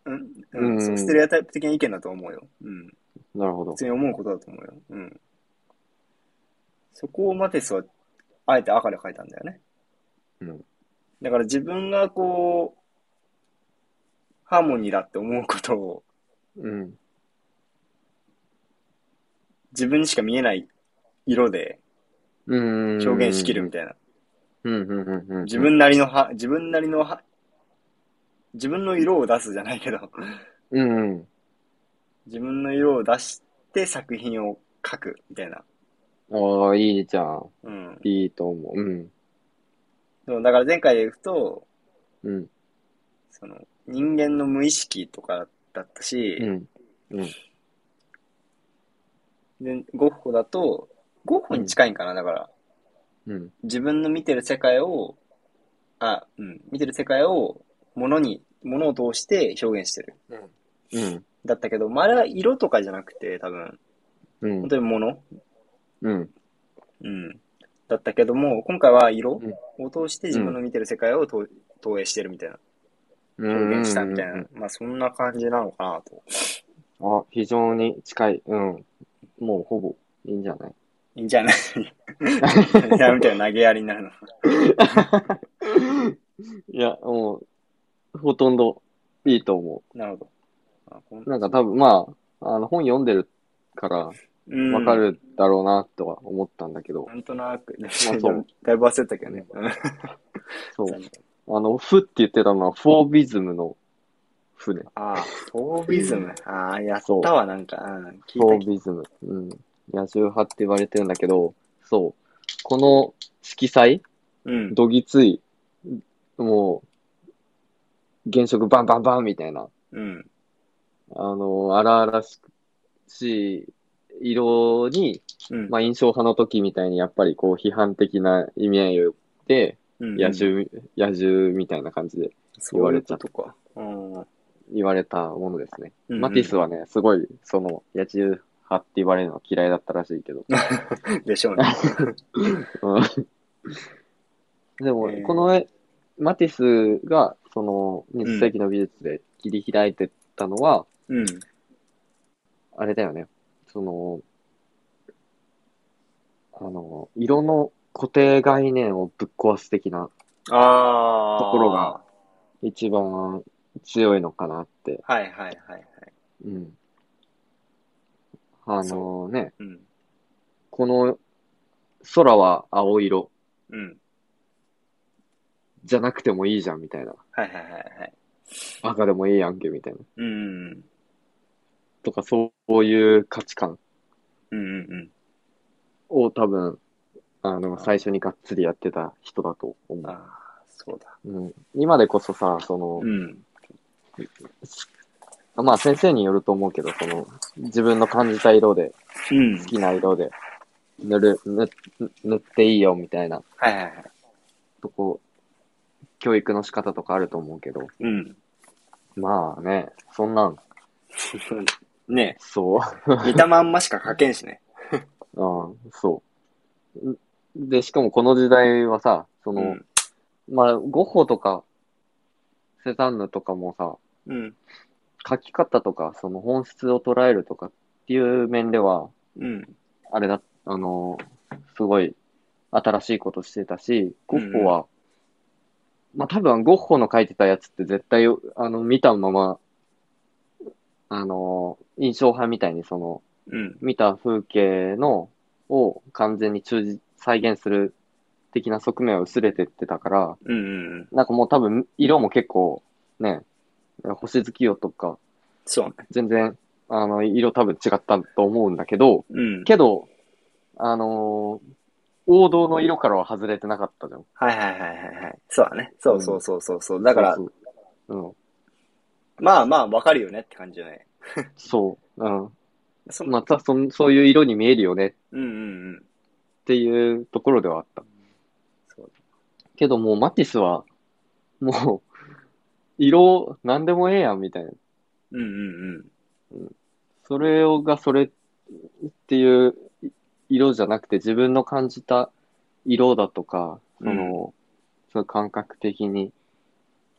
Speaker 2: うんうん
Speaker 1: うん
Speaker 2: そうステレオタイプ的な意見だと思うよ。うん。
Speaker 1: に。なるほど
Speaker 2: 普。通に思うことだと思うよ。うん。そこをマティスは、あえて赤で書いたんだよね。
Speaker 1: うん。
Speaker 2: だから自分がこう、ハーモニーだって思うことを
Speaker 1: うん。
Speaker 2: 自分にしか見えない色で
Speaker 1: うん。
Speaker 2: 表現しきるみたいな。
Speaker 1: うんうんうんうん。
Speaker 2: 自分なりのは、自分なりのは、自分の色を出すじゃないけど、
Speaker 1: うんうん。
Speaker 2: 自分の色を出して作品を描くみたいな。
Speaker 1: ああ、いいじゃん。
Speaker 2: うん。
Speaker 1: いいと思う。うん。
Speaker 2: でもだから前回でいくと、
Speaker 1: うん。
Speaker 2: その人間の無意識とかだったし、
Speaker 1: うん。
Speaker 2: でゴッホだと、ゴッホに近いんかな、だから。
Speaker 1: うん。
Speaker 2: 自分の見てる世界を、あ、うん、見てる世界を物に、物を通して表現してる。
Speaker 1: うん。
Speaker 2: だったけど、まあ、あれは色とかじゃなくて、多分、
Speaker 1: うん
Speaker 2: 本。当に物
Speaker 1: うん。
Speaker 2: うん。だったけども、今回は色
Speaker 1: うん
Speaker 2: を通して自分の見てる世界をと、投影してるみたいな、表現したみたいな、
Speaker 1: うん
Speaker 2: まあそんな感じなのかなと。
Speaker 1: あ、非常に近い。うん。もうほぼいいんじゃない
Speaker 2: いいんじ ゃないやみたいな投げやりになるの。
Speaker 1: いや、もう、ほとんどいいと思
Speaker 2: なるほど。あこん
Speaker 1: う。なんか多分、まあ、あの、本読んでるから、
Speaker 2: うん
Speaker 1: わか。るだろうな、とは思ったんだけど、
Speaker 2: なんとなく、
Speaker 1: そう
Speaker 2: だいぶ焦ったけどね。
Speaker 1: そう。あの、ふって言ってたのは、フォービズムのふね。
Speaker 2: ああ、フォービズム。ああ、やったわ、なんか。うん、
Speaker 1: フ
Speaker 2: 聞
Speaker 1: ォ
Speaker 2: い
Speaker 1: ービズム。うん。野獣派って言われてるんだけど、そう。この色彩
Speaker 2: た。うん。
Speaker 1: どぎつい、もう、原色バンバンバンみたいな、
Speaker 2: うん。
Speaker 1: あの、荒々しくしい色に、
Speaker 2: うん。
Speaker 1: まあ、印象派の時みたいに、やっぱりこう、批判的な意味合いを言って、
Speaker 2: うん、
Speaker 1: 野獣、野獣みたいな感じで言われちゃう
Speaker 2: そういうことか。うん。
Speaker 1: 言われたものですね。
Speaker 2: うん
Speaker 1: マティスはね、すごい、その、野獣派って言われるのは嫌いだったらしいけど。
Speaker 2: でしょう ね。
Speaker 1: うんでも、
Speaker 2: えー
Speaker 1: この絵マティスが、その、20世紀の美術で切り開いてったのは、
Speaker 2: うん。
Speaker 1: あれだよね。その、あの、色の固定概念をぶっ壊す的な、
Speaker 2: ああ。
Speaker 1: ところが。一番強いのかなって。
Speaker 2: はいはいはいはい。
Speaker 1: うん。あ
Speaker 2: そ
Speaker 1: のね、
Speaker 2: うん。
Speaker 1: この、空は青色
Speaker 2: うん。
Speaker 1: じゃなくてもいいじゃんみたいな。
Speaker 2: はいはいはいはい。
Speaker 1: 赤でもいいやんけみたいな。
Speaker 2: うん。うん
Speaker 1: とか、そういう価値観
Speaker 2: うんうん。
Speaker 1: を多分、あの、最初にがっつりやってた人だと思
Speaker 2: あ
Speaker 1: う。
Speaker 2: あ、そうだ。
Speaker 1: うん、今でこそさ、その、
Speaker 2: うん。
Speaker 1: まあ先生によると思うけど、その自分の感じた色で、
Speaker 2: うん。
Speaker 1: 好きな色で塗る、塗塗っていいよみたいな
Speaker 2: はいはいはい。
Speaker 1: とこ、教育の仕方とかあると思うけど、
Speaker 2: うん。
Speaker 1: まあね、そんなん、
Speaker 2: ね
Speaker 1: そう、
Speaker 2: え見たまんましか書けんしね。
Speaker 1: うん、そう。んで、しかもこの時代はさ、その、
Speaker 2: うん。
Speaker 1: まあ、ゴッホとか、セザンヌとかもさ、
Speaker 2: うん。
Speaker 1: 書き方とか、その本質を捉えるとかっていう面では、
Speaker 2: うん。
Speaker 1: あれだ、あの、すごい新しいことしてたし、ゴッホは、まあ多分ゴッホの書いてたやつって絶対、あの、見たまま、あの、印象派みたいにその、
Speaker 2: うん。
Speaker 1: 見た風景の、を完全に忠実、再現する的な側面は薄れてってたから、
Speaker 2: うんうんうん。
Speaker 1: なんかもう多分色も結構、ね、星月夜とか、
Speaker 2: そうね。
Speaker 1: 全然、あの、色多分違ったと思うんだけど、
Speaker 2: うん。
Speaker 1: けど、あのー王道の色からは外れてなかったじゃん。
Speaker 2: はいはいはいはいはい。そうだね。そうそうそうそうそう。だから
Speaker 1: そ、うそう、
Speaker 2: まあまあわかるよねって感じじゃない。
Speaker 1: うん、そう、う
Speaker 2: そ
Speaker 1: ん。またそん、そういう色に見えるよねっ
Speaker 2: うんうんうん。
Speaker 1: ていうところではあった。
Speaker 2: そう
Speaker 1: けどもうマティスは、もう、色、なんでもええやんみたいな。
Speaker 2: うんうんうん。
Speaker 1: それをがそれっていうい色じゃなくて自分の感じた色だとか、その、
Speaker 2: うん
Speaker 1: その感覚的に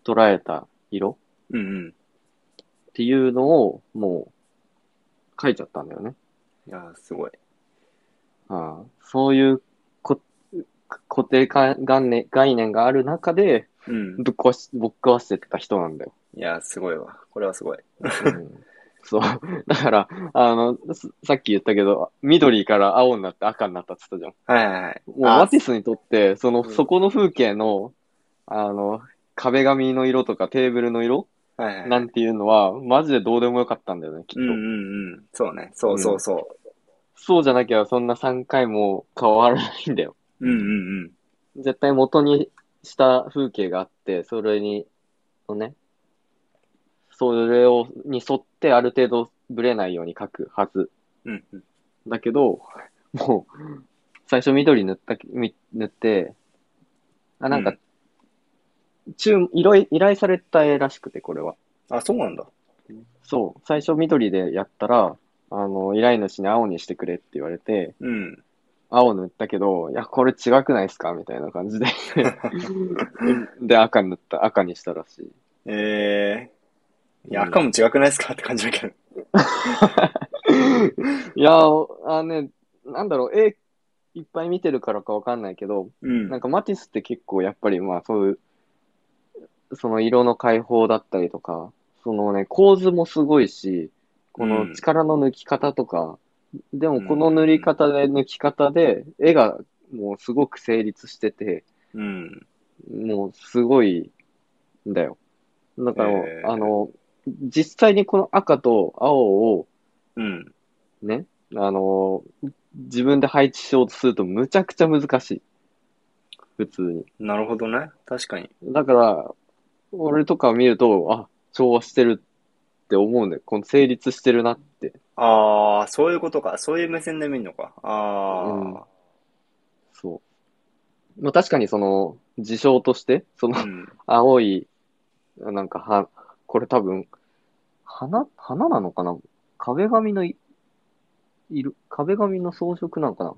Speaker 1: 捉えた色
Speaker 2: うんうん。
Speaker 1: っていうのをもう書いちゃったんだよね。
Speaker 2: いやー、すごい。
Speaker 1: うん、そういうこ固定か概念概念がある中で
Speaker 2: うん。
Speaker 1: ぶっ壊しぶっ壊してった人なんだよ。
Speaker 2: いやー、すごいわ。これはすごい。
Speaker 1: うん、 そう。だから、あの、ささっき言ったけど、緑から青になって赤になったって言ったじ
Speaker 2: はいはいはい。
Speaker 1: ゃん。もう
Speaker 2: あー
Speaker 1: マティスにとって、その、
Speaker 2: うん
Speaker 1: そこの風景の、あの、壁紙の色とかテーブルの色
Speaker 2: うはいはい。
Speaker 1: なんていうのは、マジでどうでもよかったんだよね、きっと。
Speaker 2: うんうんうん。そうね。そうそうそ
Speaker 1: そうじゃなきゃそんな3回も変わらないんだよ。
Speaker 2: う。うんうんうん。
Speaker 1: 絶対元にした風景があって、それに、のね、それを、に沿ってある程度ブレないように描くはず。
Speaker 2: うんうん。
Speaker 1: だけど、もう、最初緑塗った、み塗って、あ、なん
Speaker 2: う
Speaker 1: か、注文依頼、依頼された絵らしくて、これは。
Speaker 2: あ、そうなんだ。
Speaker 1: そう、最初緑でやったら、あの、依頼主に青にしてくれって言われて、
Speaker 2: うん。
Speaker 1: 青塗ったけど、いや、これ違くないですかみたいな感じで。で、赤塗った、赤にしたらしい。
Speaker 2: ええいや、
Speaker 1: うん
Speaker 2: 赤も違くないですかって感じだけど。
Speaker 1: いや、あのね、なんだろう、絵いっぱい見てるからかわかんないけど、
Speaker 2: うん。
Speaker 1: なんかマティスって結構やっぱりまあそういう、その色の解放だったりとか、そのね、構図もすごいし、こ
Speaker 2: うん
Speaker 1: の力の抜き方とか、でもこの塗り方で、抜き方で、絵がもうすごく成立してて、
Speaker 2: うん。
Speaker 1: もうすごいんだよ。だから、
Speaker 2: へー
Speaker 1: あの、実際にこの赤と青を
Speaker 2: うん。
Speaker 1: ね、あの、自分で配置しようとするとむちゃくちゃ難しい。普通に。
Speaker 2: なるほどね。確かに。
Speaker 1: だから、俺とか見ると、あ、調和してるって思うんだよ。この成立してるなって。
Speaker 2: ああ、そういうことか。そういう目線で見るのか。
Speaker 1: うん
Speaker 2: あ
Speaker 1: そう。まあ確かにその、事象として、そ
Speaker 2: あ。
Speaker 1: の
Speaker 2: うん。
Speaker 1: 青い、なんかは、これ多分、花、花なのかな壁紙のい、いる、壁紙の装飾なのか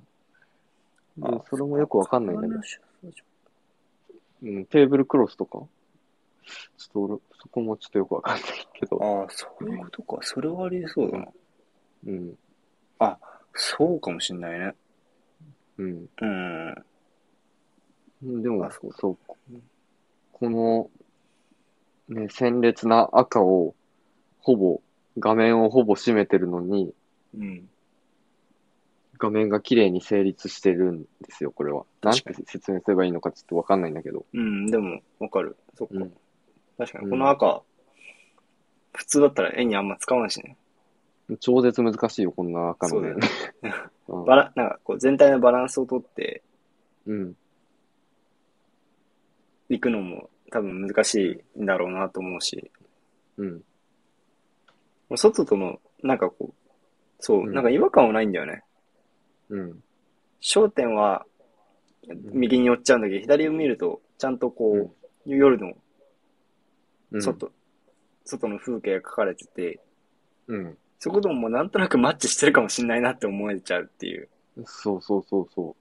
Speaker 1: なで
Speaker 2: あ
Speaker 1: それもよくわかんないんだけど。
Speaker 2: ど。
Speaker 1: うん、テーブルクロスとかちょっと俺、そこもちょっとよくわかんないけど。
Speaker 2: ああ、そういうことか。それはありそうだな。
Speaker 1: うん、
Speaker 2: そうかもしんないね。
Speaker 1: うん。
Speaker 2: うん。
Speaker 1: でも
Speaker 2: あそう、
Speaker 1: そう、ここの、ね、鮮烈な赤を、ほぼ、画面をほぼ占めてるのに、
Speaker 2: うん。
Speaker 1: 画面が綺麗に成立してるんですよ、これは。なん
Speaker 2: 確
Speaker 1: て説明すればいいのかちょっとわかんないんだけど。
Speaker 2: うん、でも、わかる。そっか。
Speaker 1: うん
Speaker 2: 確か
Speaker 1: う
Speaker 2: に、
Speaker 1: ん
Speaker 2: この赤、普通だったら絵にあんま使わないしね。
Speaker 1: 超絶難しいよ、こんな赤の
Speaker 2: そうだ
Speaker 1: ね。 うん
Speaker 2: バラ、なんか、こう、全体のバランスをとって
Speaker 1: うん。
Speaker 2: いくのも多分難しいんだろうなと思うし、
Speaker 1: うん。
Speaker 2: もう外との、なんかこう、そう、
Speaker 1: うん
Speaker 2: なんか違和感はないんだよね。
Speaker 1: うん。
Speaker 2: 焦点は右に寄っちゃうんだけど、左を見ると、ちゃんとこう、夜の
Speaker 1: うん。
Speaker 2: 外、外の風景が描かれてて、
Speaker 1: うん。
Speaker 2: そことももうなんとなくマッチしてるかもしんないなって思えちゃうっていう。
Speaker 1: そうそうそうそ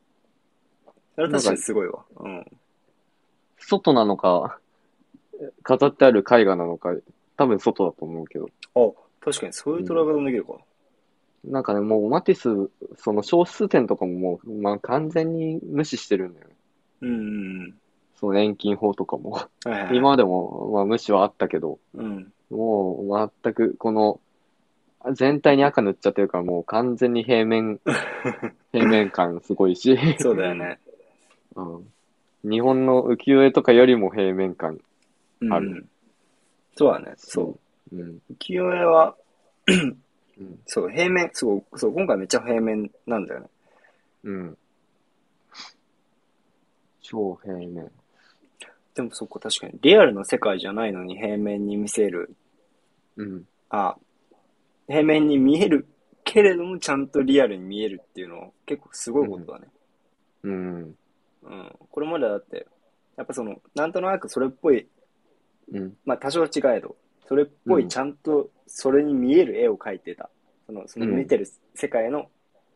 Speaker 1: う。
Speaker 2: それは確かにすごいわ。うん。
Speaker 1: 外なのか、飾ってある絵画なのか、多分外だと思うけど。
Speaker 2: あ、確かにそういう捉え方もできるか。
Speaker 1: なんかね、もうマティス、その小数点とかももう、まあ完全に無視してるんだよね。
Speaker 2: うんうん
Speaker 1: その遠近法とか も。
Speaker 2: うん。はいはい。
Speaker 1: 今までも、まあ無視はあったけど、
Speaker 2: うん。
Speaker 1: もう全くこの、全体に赤塗っちゃってるからもう完全に平 面、平面感すごいし、
Speaker 2: そうだよね。
Speaker 1: うん。日本の浮世絵とかよりも平面感。
Speaker 2: うん
Speaker 1: ある
Speaker 2: そうだね。そ
Speaker 1: うん。
Speaker 2: う。浮世絵は、
Speaker 1: うん。
Speaker 2: そう、平面、そう、そう、今回めっちゃ平面なんだよね。
Speaker 1: うん。超平面。
Speaker 2: でもそっか、確かに。リアルの世界じゃないのに平面に見せる。
Speaker 1: うん。
Speaker 2: あ、平面に見えるけれども、ちゃんとリアルに見えるっていうのは結構すごいことだね。
Speaker 1: うん。
Speaker 2: うん。これまでだって、やっぱその、なんとなくそれっぽい
Speaker 1: うん。
Speaker 2: まあ多少違えど、それっぽ
Speaker 1: う
Speaker 2: い
Speaker 1: ん
Speaker 2: ちゃんとそれに見える絵を描いてた。その、その
Speaker 1: うん
Speaker 2: 見てる世界の、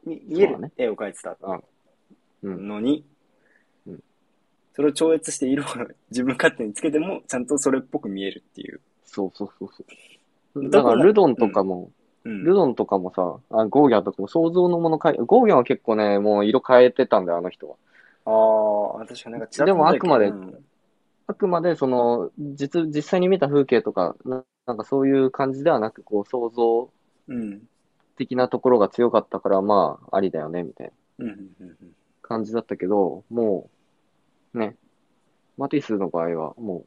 Speaker 2: み見え
Speaker 1: そうだ
Speaker 2: る
Speaker 1: ね
Speaker 2: 絵を描いてた
Speaker 1: うん。
Speaker 2: のに、
Speaker 1: うん
Speaker 2: それを超越して色を 自分勝手につけても、ちゃんとそれっぽく見えるっていう。
Speaker 1: そうそうそうそう。
Speaker 2: だ
Speaker 1: だ
Speaker 2: か
Speaker 1: からら、ルドンとかも、
Speaker 2: うん。
Speaker 1: ルドンとかもさ、あゴーギャンとかも想像のもの変え、ゴーギャンは結構ね、もう色変えてたんだよ、あの人は。
Speaker 2: ああ、確かになんかちらっと
Speaker 1: でもあくまで
Speaker 2: うん
Speaker 1: あくまで、その、実、実際に見た風景とか、ななんかそういう感じではなく、こう、想像
Speaker 2: うん。
Speaker 1: 的なところが強かったから、まあ、ありだよね、みたいな
Speaker 2: うん。うんうん
Speaker 1: 感じだったけど、もう、ね、マティスの場合は、もう、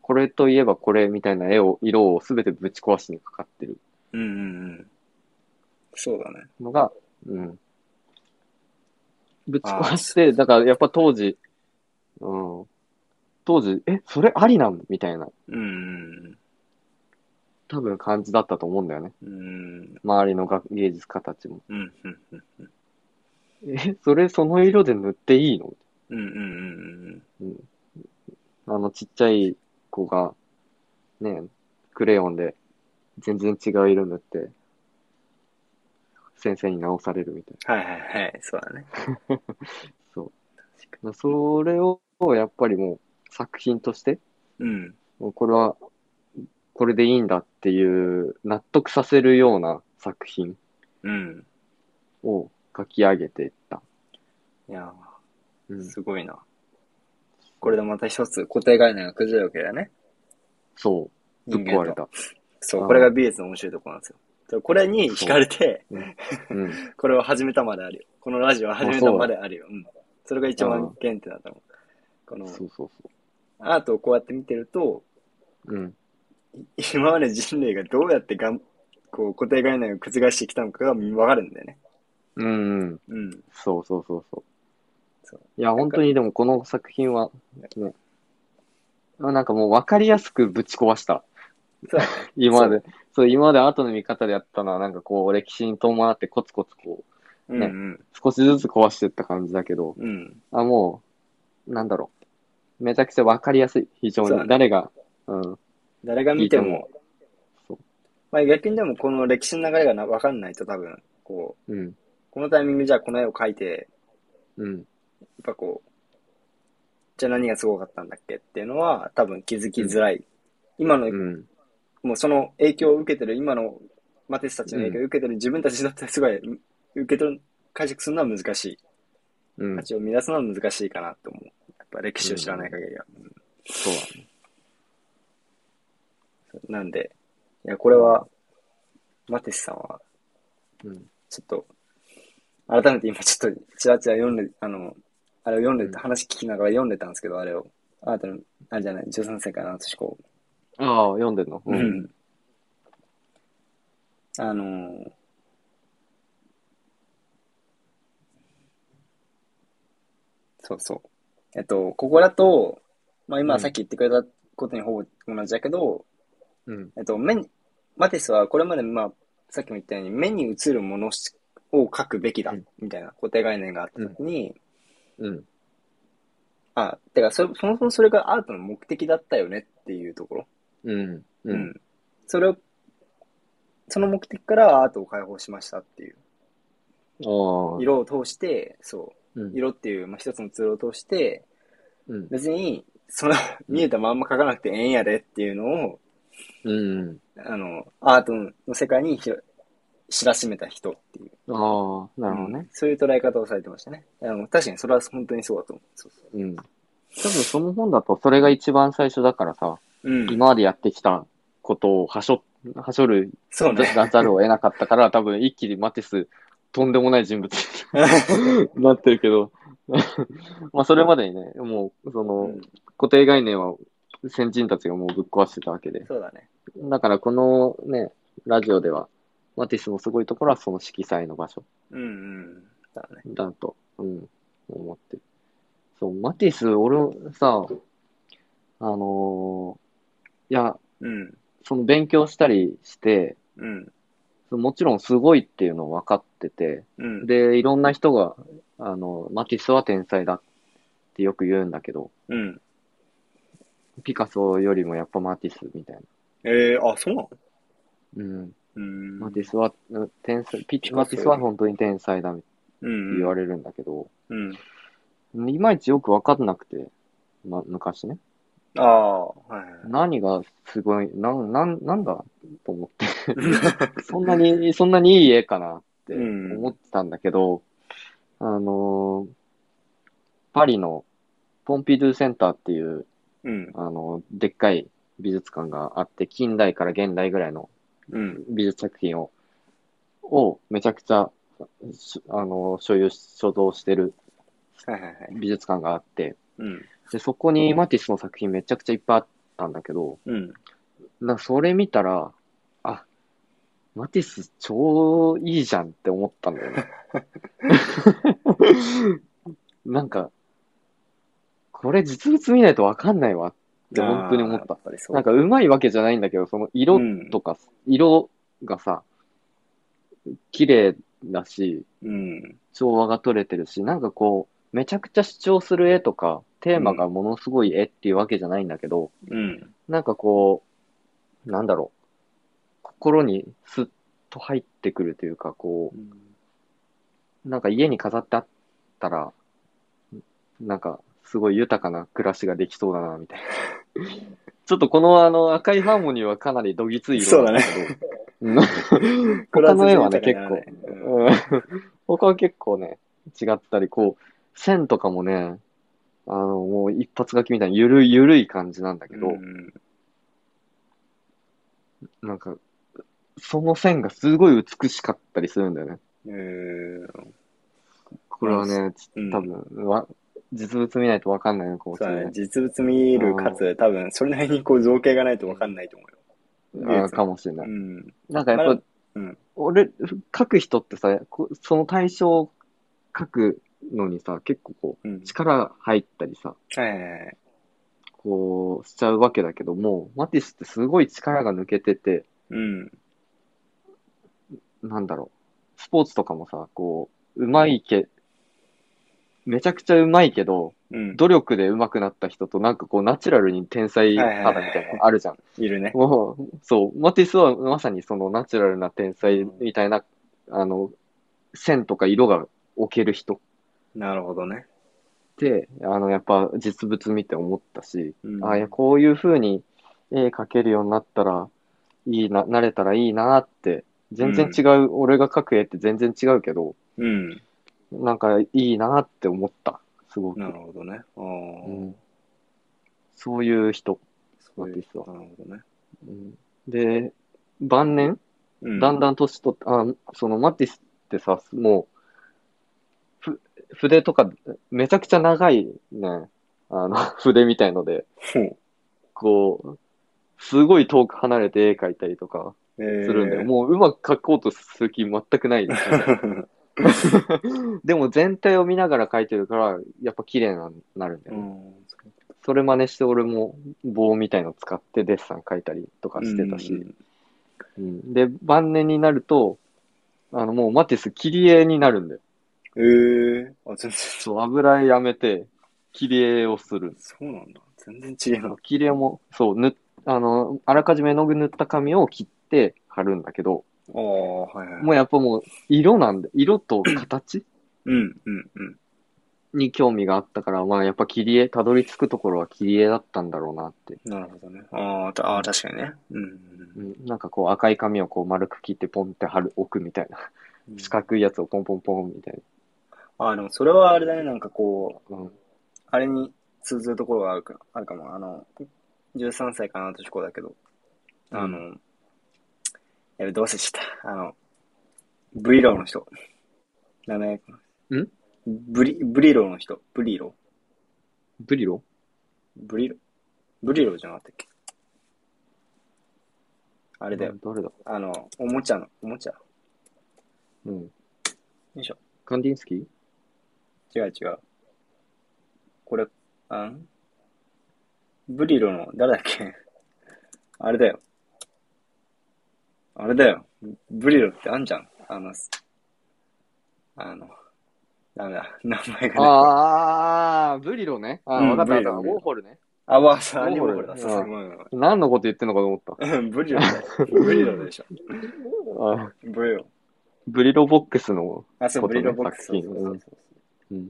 Speaker 1: これといえばこれみたいな絵を、色をすべてぶち壊しにかかってる
Speaker 2: うんうんうん。そうだね。
Speaker 1: のが、うん。ぶち壊して、だからやっぱ当時、うん。当時、え、それありなんみたいな、
Speaker 2: うん
Speaker 1: 多分感じだったと思うんだよね。
Speaker 2: うんうん。
Speaker 1: 周りのが芸術家たちも。
Speaker 2: うんうんうんうん。
Speaker 1: え、それその色で塗っていいの
Speaker 2: うんうんうん
Speaker 1: あのちっちゃい子が、ね、クレヨンで全然違う色塗って、先生に直されるみたい
Speaker 2: うん。はいはいはい。そうだね。
Speaker 1: な。そう。それを、やっぱりもう作品として、
Speaker 2: うん。
Speaker 1: もうこれは、これでいいんだっていう、納得させるような作品
Speaker 2: うん。
Speaker 1: を書き上げていった。
Speaker 2: いや
Speaker 1: う
Speaker 2: ー、
Speaker 1: ん、
Speaker 2: すごいな。これでまた一つ固定概念が崩れるわけだよね。
Speaker 1: そ
Speaker 2: 人
Speaker 1: う。ぶっ
Speaker 2: 間
Speaker 1: 壊
Speaker 2: と
Speaker 1: れた。
Speaker 2: そうう、
Speaker 1: ん
Speaker 2: これが美術の面白いところなんですよ。そうこれに惹かれて、
Speaker 1: うん。
Speaker 2: これを始めたまであるよ。このラジオを始めたまであるよ。うん。それが一番原点だと思う。この
Speaker 1: そうそうそ
Speaker 2: アートをこうやって見てると、
Speaker 1: う。うん。
Speaker 2: 今まで人類がどうやってがんこう固定概念を覆してきたのかが分かるんだよね。
Speaker 1: うん、うん。
Speaker 2: うん。
Speaker 1: そうそうそうそう。
Speaker 2: そう
Speaker 1: いや、本当にでもこの作品は、ね、あなんかもう分かりやすくぶち壊した。
Speaker 2: そうだね。
Speaker 1: 今まで、そう今まで後の見方でやったのは、なんかこう、歴史に伴ってコツコツこう、
Speaker 2: うんうん。
Speaker 1: 少しずつ壊していった感じだけど、
Speaker 2: うん。
Speaker 1: あ、もう、なんだろう。めちゃくちゃ分かりやすい。非常
Speaker 2: そうだ
Speaker 1: に。
Speaker 2: ね
Speaker 1: 誰が、うん、
Speaker 2: 誰が見て
Speaker 1: いい
Speaker 2: も
Speaker 1: そう、
Speaker 2: まあ、逆にでもこの歴史の流れがな分かんないと多分こう
Speaker 1: うん、
Speaker 2: このタイミングじゃあこの絵を描いて
Speaker 1: うん、
Speaker 2: やっぱこうじゃあ何がすごかったんだっけっていうのは多分気づきづらい、今の、
Speaker 1: うん。
Speaker 2: もうその影響を受けてる今のマティスたちの影響を受けてる自分たちだってすごいうん受け取る解釈するのは難しい
Speaker 1: うん
Speaker 2: 価、値を乱すのは難しいかなと思うやっぱ歴史を知らない限りは、
Speaker 1: そうだね。
Speaker 2: なんでいやこれは、マティスさんは
Speaker 1: うん、
Speaker 2: ちょっと、改めて今ちょっと、ちらちら読んで、あの、あれを読んで
Speaker 1: うん
Speaker 2: た、話聞きながら読んでたんですけど、あれを。あなたの、あれじゃない、13世からの私こ
Speaker 1: ああ、読んでんの
Speaker 2: う。
Speaker 1: う、
Speaker 2: うんん。あのーそうそう。えっと、ここだと、まあ今
Speaker 1: うん
Speaker 2: さっき言ってくれたことにほぼ同じだけど、
Speaker 1: うん、
Speaker 2: えっと、目に、マティスはこれまで、まあ、さっきも言ったように、目に映るものしを書くべきだ
Speaker 1: うん、
Speaker 2: みたいな固定概念があった時に、
Speaker 1: うん、
Speaker 2: あ、てかそ、そもそもそれがアートの目的だったよねっていうところ。
Speaker 1: うん、
Speaker 2: う
Speaker 1: うん、。
Speaker 2: それを、その目的からアートを解放しましたっていう。
Speaker 1: ああ、
Speaker 2: 色を通して、そうう、
Speaker 1: ん、
Speaker 2: 色っていう、まあ、一つのツールを通して、
Speaker 1: うん、
Speaker 2: 別に、その、見えたまんま書かなくてええんやでっていうのを、
Speaker 1: うん、
Speaker 2: あの、アートの世界にひろ知らしめた人っていう。
Speaker 1: ああ、なるほどね。
Speaker 2: うんそういう捉え方をされてましたね。あの確かにそれは本当にそうだと思う。そうそ
Speaker 1: うん。多分その本だと、それが一番最初だからさ、
Speaker 2: ううん、
Speaker 1: 今までやってきたことをはしょ、はしょる、
Speaker 2: そう
Speaker 1: 出
Speaker 2: ね。
Speaker 1: さざるを得なかったから、多分一気にマティス、とんでもない人物 に なってるけど、まあそれまでにね、もう、その、
Speaker 2: うん
Speaker 1: 固定概念は先人たちがもうぶっ壊してたわけで。
Speaker 2: そうだね。
Speaker 1: だからこのね、ラジオでは、マティスのすごいところはその色彩の場所
Speaker 2: うんうん。だね。
Speaker 1: だと、うん、思ってる。そう、マティス、俺さ、あのーいや、
Speaker 2: うん。
Speaker 1: その勉強したりして、
Speaker 2: うん。
Speaker 1: もちろんすごいっていうの分かってて、
Speaker 2: うん。
Speaker 1: で、いろんな人が、あの、マティスは天才だってよく言うんだけど、
Speaker 2: うん。
Speaker 1: ピカソよりもやっぱマティスみたいな。
Speaker 2: えー、あ、そうなの
Speaker 1: うん。
Speaker 2: うん。
Speaker 1: マティスは、うん天才、ピ
Speaker 2: ピカソより
Speaker 1: マティスは本当に天才だって
Speaker 2: うん。
Speaker 1: 言わ
Speaker 2: れ
Speaker 1: れるんだけど、
Speaker 2: うん。
Speaker 1: いまいちよく分かんなくて、ま、昔ね。
Speaker 2: ああ、はいはい。
Speaker 1: 何がすごい、なん、なん、なんだと思って。 そんなに、そんなにいい絵かなって
Speaker 2: うん
Speaker 1: 思ってたんだけど、あのーパリのポンピドゥセンターっていう、
Speaker 2: うん。
Speaker 1: あのでっかい美術館があって、近代から現代ぐらいの
Speaker 2: うん。
Speaker 1: 美術作品を、をめちゃくちゃ、しあの所有、所蔵してる
Speaker 2: はいはいはい。
Speaker 1: 美術館があって、
Speaker 2: うん。
Speaker 1: で、そこにマティスの作品めちゃくちゃいっぱいあたんだけど、
Speaker 2: うん。
Speaker 1: なそれ見たら、あ、マティス超いいじゃんって思ったんだよ ね。なんか、これ実物見ないとわかんないわって本当に思っ
Speaker 2: あー
Speaker 1: た
Speaker 2: やっ。ぱりそう。
Speaker 1: なんかうまいわけじゃないんだけど、その色
Speaker 2: うん
Speaker 1: とか、色がさ、綺麗だし、
Speaker 2: うん。
Speaker 1: 調和が取れてるし、なんかこう、めちゃくちゃ主張する絵とか、テーマがものすごい絵っていうわけじゃないんだけど、
Speaker 2: うん。
Speaker 1: なんかこう、なんだろう、心にスッと入ってくるというか、こう、なんか家に飾ってあったら、なんかすごい豊かな暮らしができそうだな、みたいな。 ちょっとこのあの赤いハーモニーはかなりどぎつい色なんだけど、うん他の絵はね結構、
Speaker 2: 構。
Speaker 1: うん他は結構ね、違ったり、こう、線とかもね、あの、もう一発書きみたいな、ゆるい、ゆるい感じなんだけど、
Speaker 2: うん
Speaker 1: なんか、その線がすごい美しかったりするんだよね。
Speaker 2: うん。
Speaker 1: これはね、ち
Speaker 2: うん
Speaker 1: 多分、わ実物見ないとわかんないのかもし
Speaker 2: そ
Speaker 1: れ
Speaker 2: うだ
Speaker 1: な
Speaker 2: ね
Speaker 1: い。
Speaker 2: 実物見るかつ、多分、それなりにこう造形がないと分かんないと思うよ。
Speaker 1: あーかもしれな
Speaker 2: う
Speaker 1: い。
Speaker 2: ん。
Speaker 1: なんかやっぱ、
Speaker 2: まあうん
Speaker 1: 俺、書く人ってさ、こその対象を書くのにさ、結構こ
Speaker 2: うん
Speaker 1: う、。力入ったりさ、
Speaker 2: はいはいはい。
Speaker 1: こう、しちゃうわけだけども、マティスってすごい力が抜けてて、
Speaker 2: うん。
Speaker 1: なんだろう、スポーツとかもさ、こう、うまいけ、めちゃくちゃうまいけど、
Speaker 2: うん。
Speaker 1: 努力で上手くなった人と、なんかこう、ナチュラルに天才肌みたいなのあるじゃん。
Speaker 2: いるね。
Speaker 1: もう、そう、マティスはまさにそのナチュラルな天才みたいな、あの、線とか色が置ける人っ
Speaker 2: なるほどね。
Speaker 1: て、あの、やっぱ実物見て思ったし、
Speaker 2: うん
Speaker 1: ああ、いや、こういう風に絵描けるようになったら、いいな、なれたらいいなって、全然違う、俺が描く絵って全然違うけど、
Speaker 2: うん。
Speaker 1: なんかいいなって思った、すごく。
Speaker 2: なるほどね。ああ、
Speaker 1: うんそういう人、
Speaker 2: そういう
Speaker 1: マティスは。
Speaker 2: なるほどね。
Speaker 1: うんで、晩年、
Speaker 2: う
Speaker 1: だんだん年取って、あ、そのマティスってさ、もう、ふ、筆とか、めちゃくちゃ長いね、あの、 筆みたいので、
Speaker 2: ほ
Speaker 1: こう、すごい遠く離れて絵描いたりとか
Speaker 2: う。
Speaker 1: す
Speaker 2: え
Speaker 1: るんだよ。もううまく描こうとする気全くない。
Speaker 2: う。
Speaker 1: でも全体を見ながら描いてるから、やっぱ綺麗な、なるんだ よ
Speaker 2: う
Speaker 1: ね。
Speaker 2: ん。
Speaker 1: それ真似して俺も棒みたいの使ってデッサン描いたりとかしてたし。うんで、晩年になると、あの、もうマティス切り絵になるんだよ。
Speaker 2: ええあ、全然、
Speaker 1: そう、油絵やめて、切り絵をする。
Speaker 2: そうなんだ。全然違うな。
Speaker 1: 切り絵も、そう、ぬ、あの、あらかじめ絵の具塗った紙を切って貼るんだけど、
Speaker 2: ああ、はいはい。
Speaker 1: もうやっぱもう、色なんで、色と 形
Speaker 2: うん、うん、うん。
Speaker 1: に興味があったから、まあやっぱ切り絵、たどり着くところは切り絵だったんだろうなって。
Speaker 2: なるほどね。ああ、たあー確かにね。うん
Speaker 1: うん、なんかこう赤い紙をこう丸く切ってポンって貼る、置くみたいな。
Speaker 2: うん。
Speaker 1: 四角いやつをポンポンポンみたい
Speaker 2: ああ、でもそれはあれだね、なんかこう、
Speaker 1: な。うん。
Speaker 2: あれに通ずるところがあるかあるかも。あの、13歳かな、年子だけど。あの、やべ、どうせした。あの、ブリローの人。名前。
Speaker 1: ん
Speaker 2: ブリ、ブリローの人。ブリロ
Speaker 1: ブリロ
Speaker 2: ー。ブリロー。ブリローじゃなかったっけあれだよ。
Speaker 1: 誰だ
Speaker 2: あの、おもちゃの、おもちゃ。
Speaker 1: うん。
Speaker 2: よいしょ。
Speaker 1: カンディンスキー
Speaker 2: 違う違う。これ、あんブリロの、誰だっけあれだよ。あれだよ。ブリロってあんじゃん。あの、すあの、ダメだ。名前がね。
Speaker 1: ああ、ブリロね。あ
Speaker 2: うん
Speaker 1: ー、わかった
Speaker 2: ブ
Speaker 1: わ
Speaker 2: リロ
Speaker 1: かった。
Speaker 2: ブリ
Speaker 1: ウ
Speaker 2: ロ
Speaker 1: ォーホルね。
Speaker 2: あ、わ、そう、アニ
Speaker 1: も
Speaker 2: モ
Speaker 1: う
Speaker 2: ールだ。
Speaker 1: これ
Speaker 2: そうそう、ごめんご
Speaker 1: 何のこと言ってんのかと思った。
Speaker 2: めん。ブリロだよ。ブリロでしょ。
Speaker 1: あー
Speaker 2: ブリロ。
Speaker 1: ブリロボックスの、
Speaker 2: あ、そう、
Speaker 1: こと
Speaker 2: ブリ
Speaker 1: ね
Speaker 2: ロボックス。
Speaker 1: 作品
Speaker 2: そうそうそうそう
Speaker 1: うん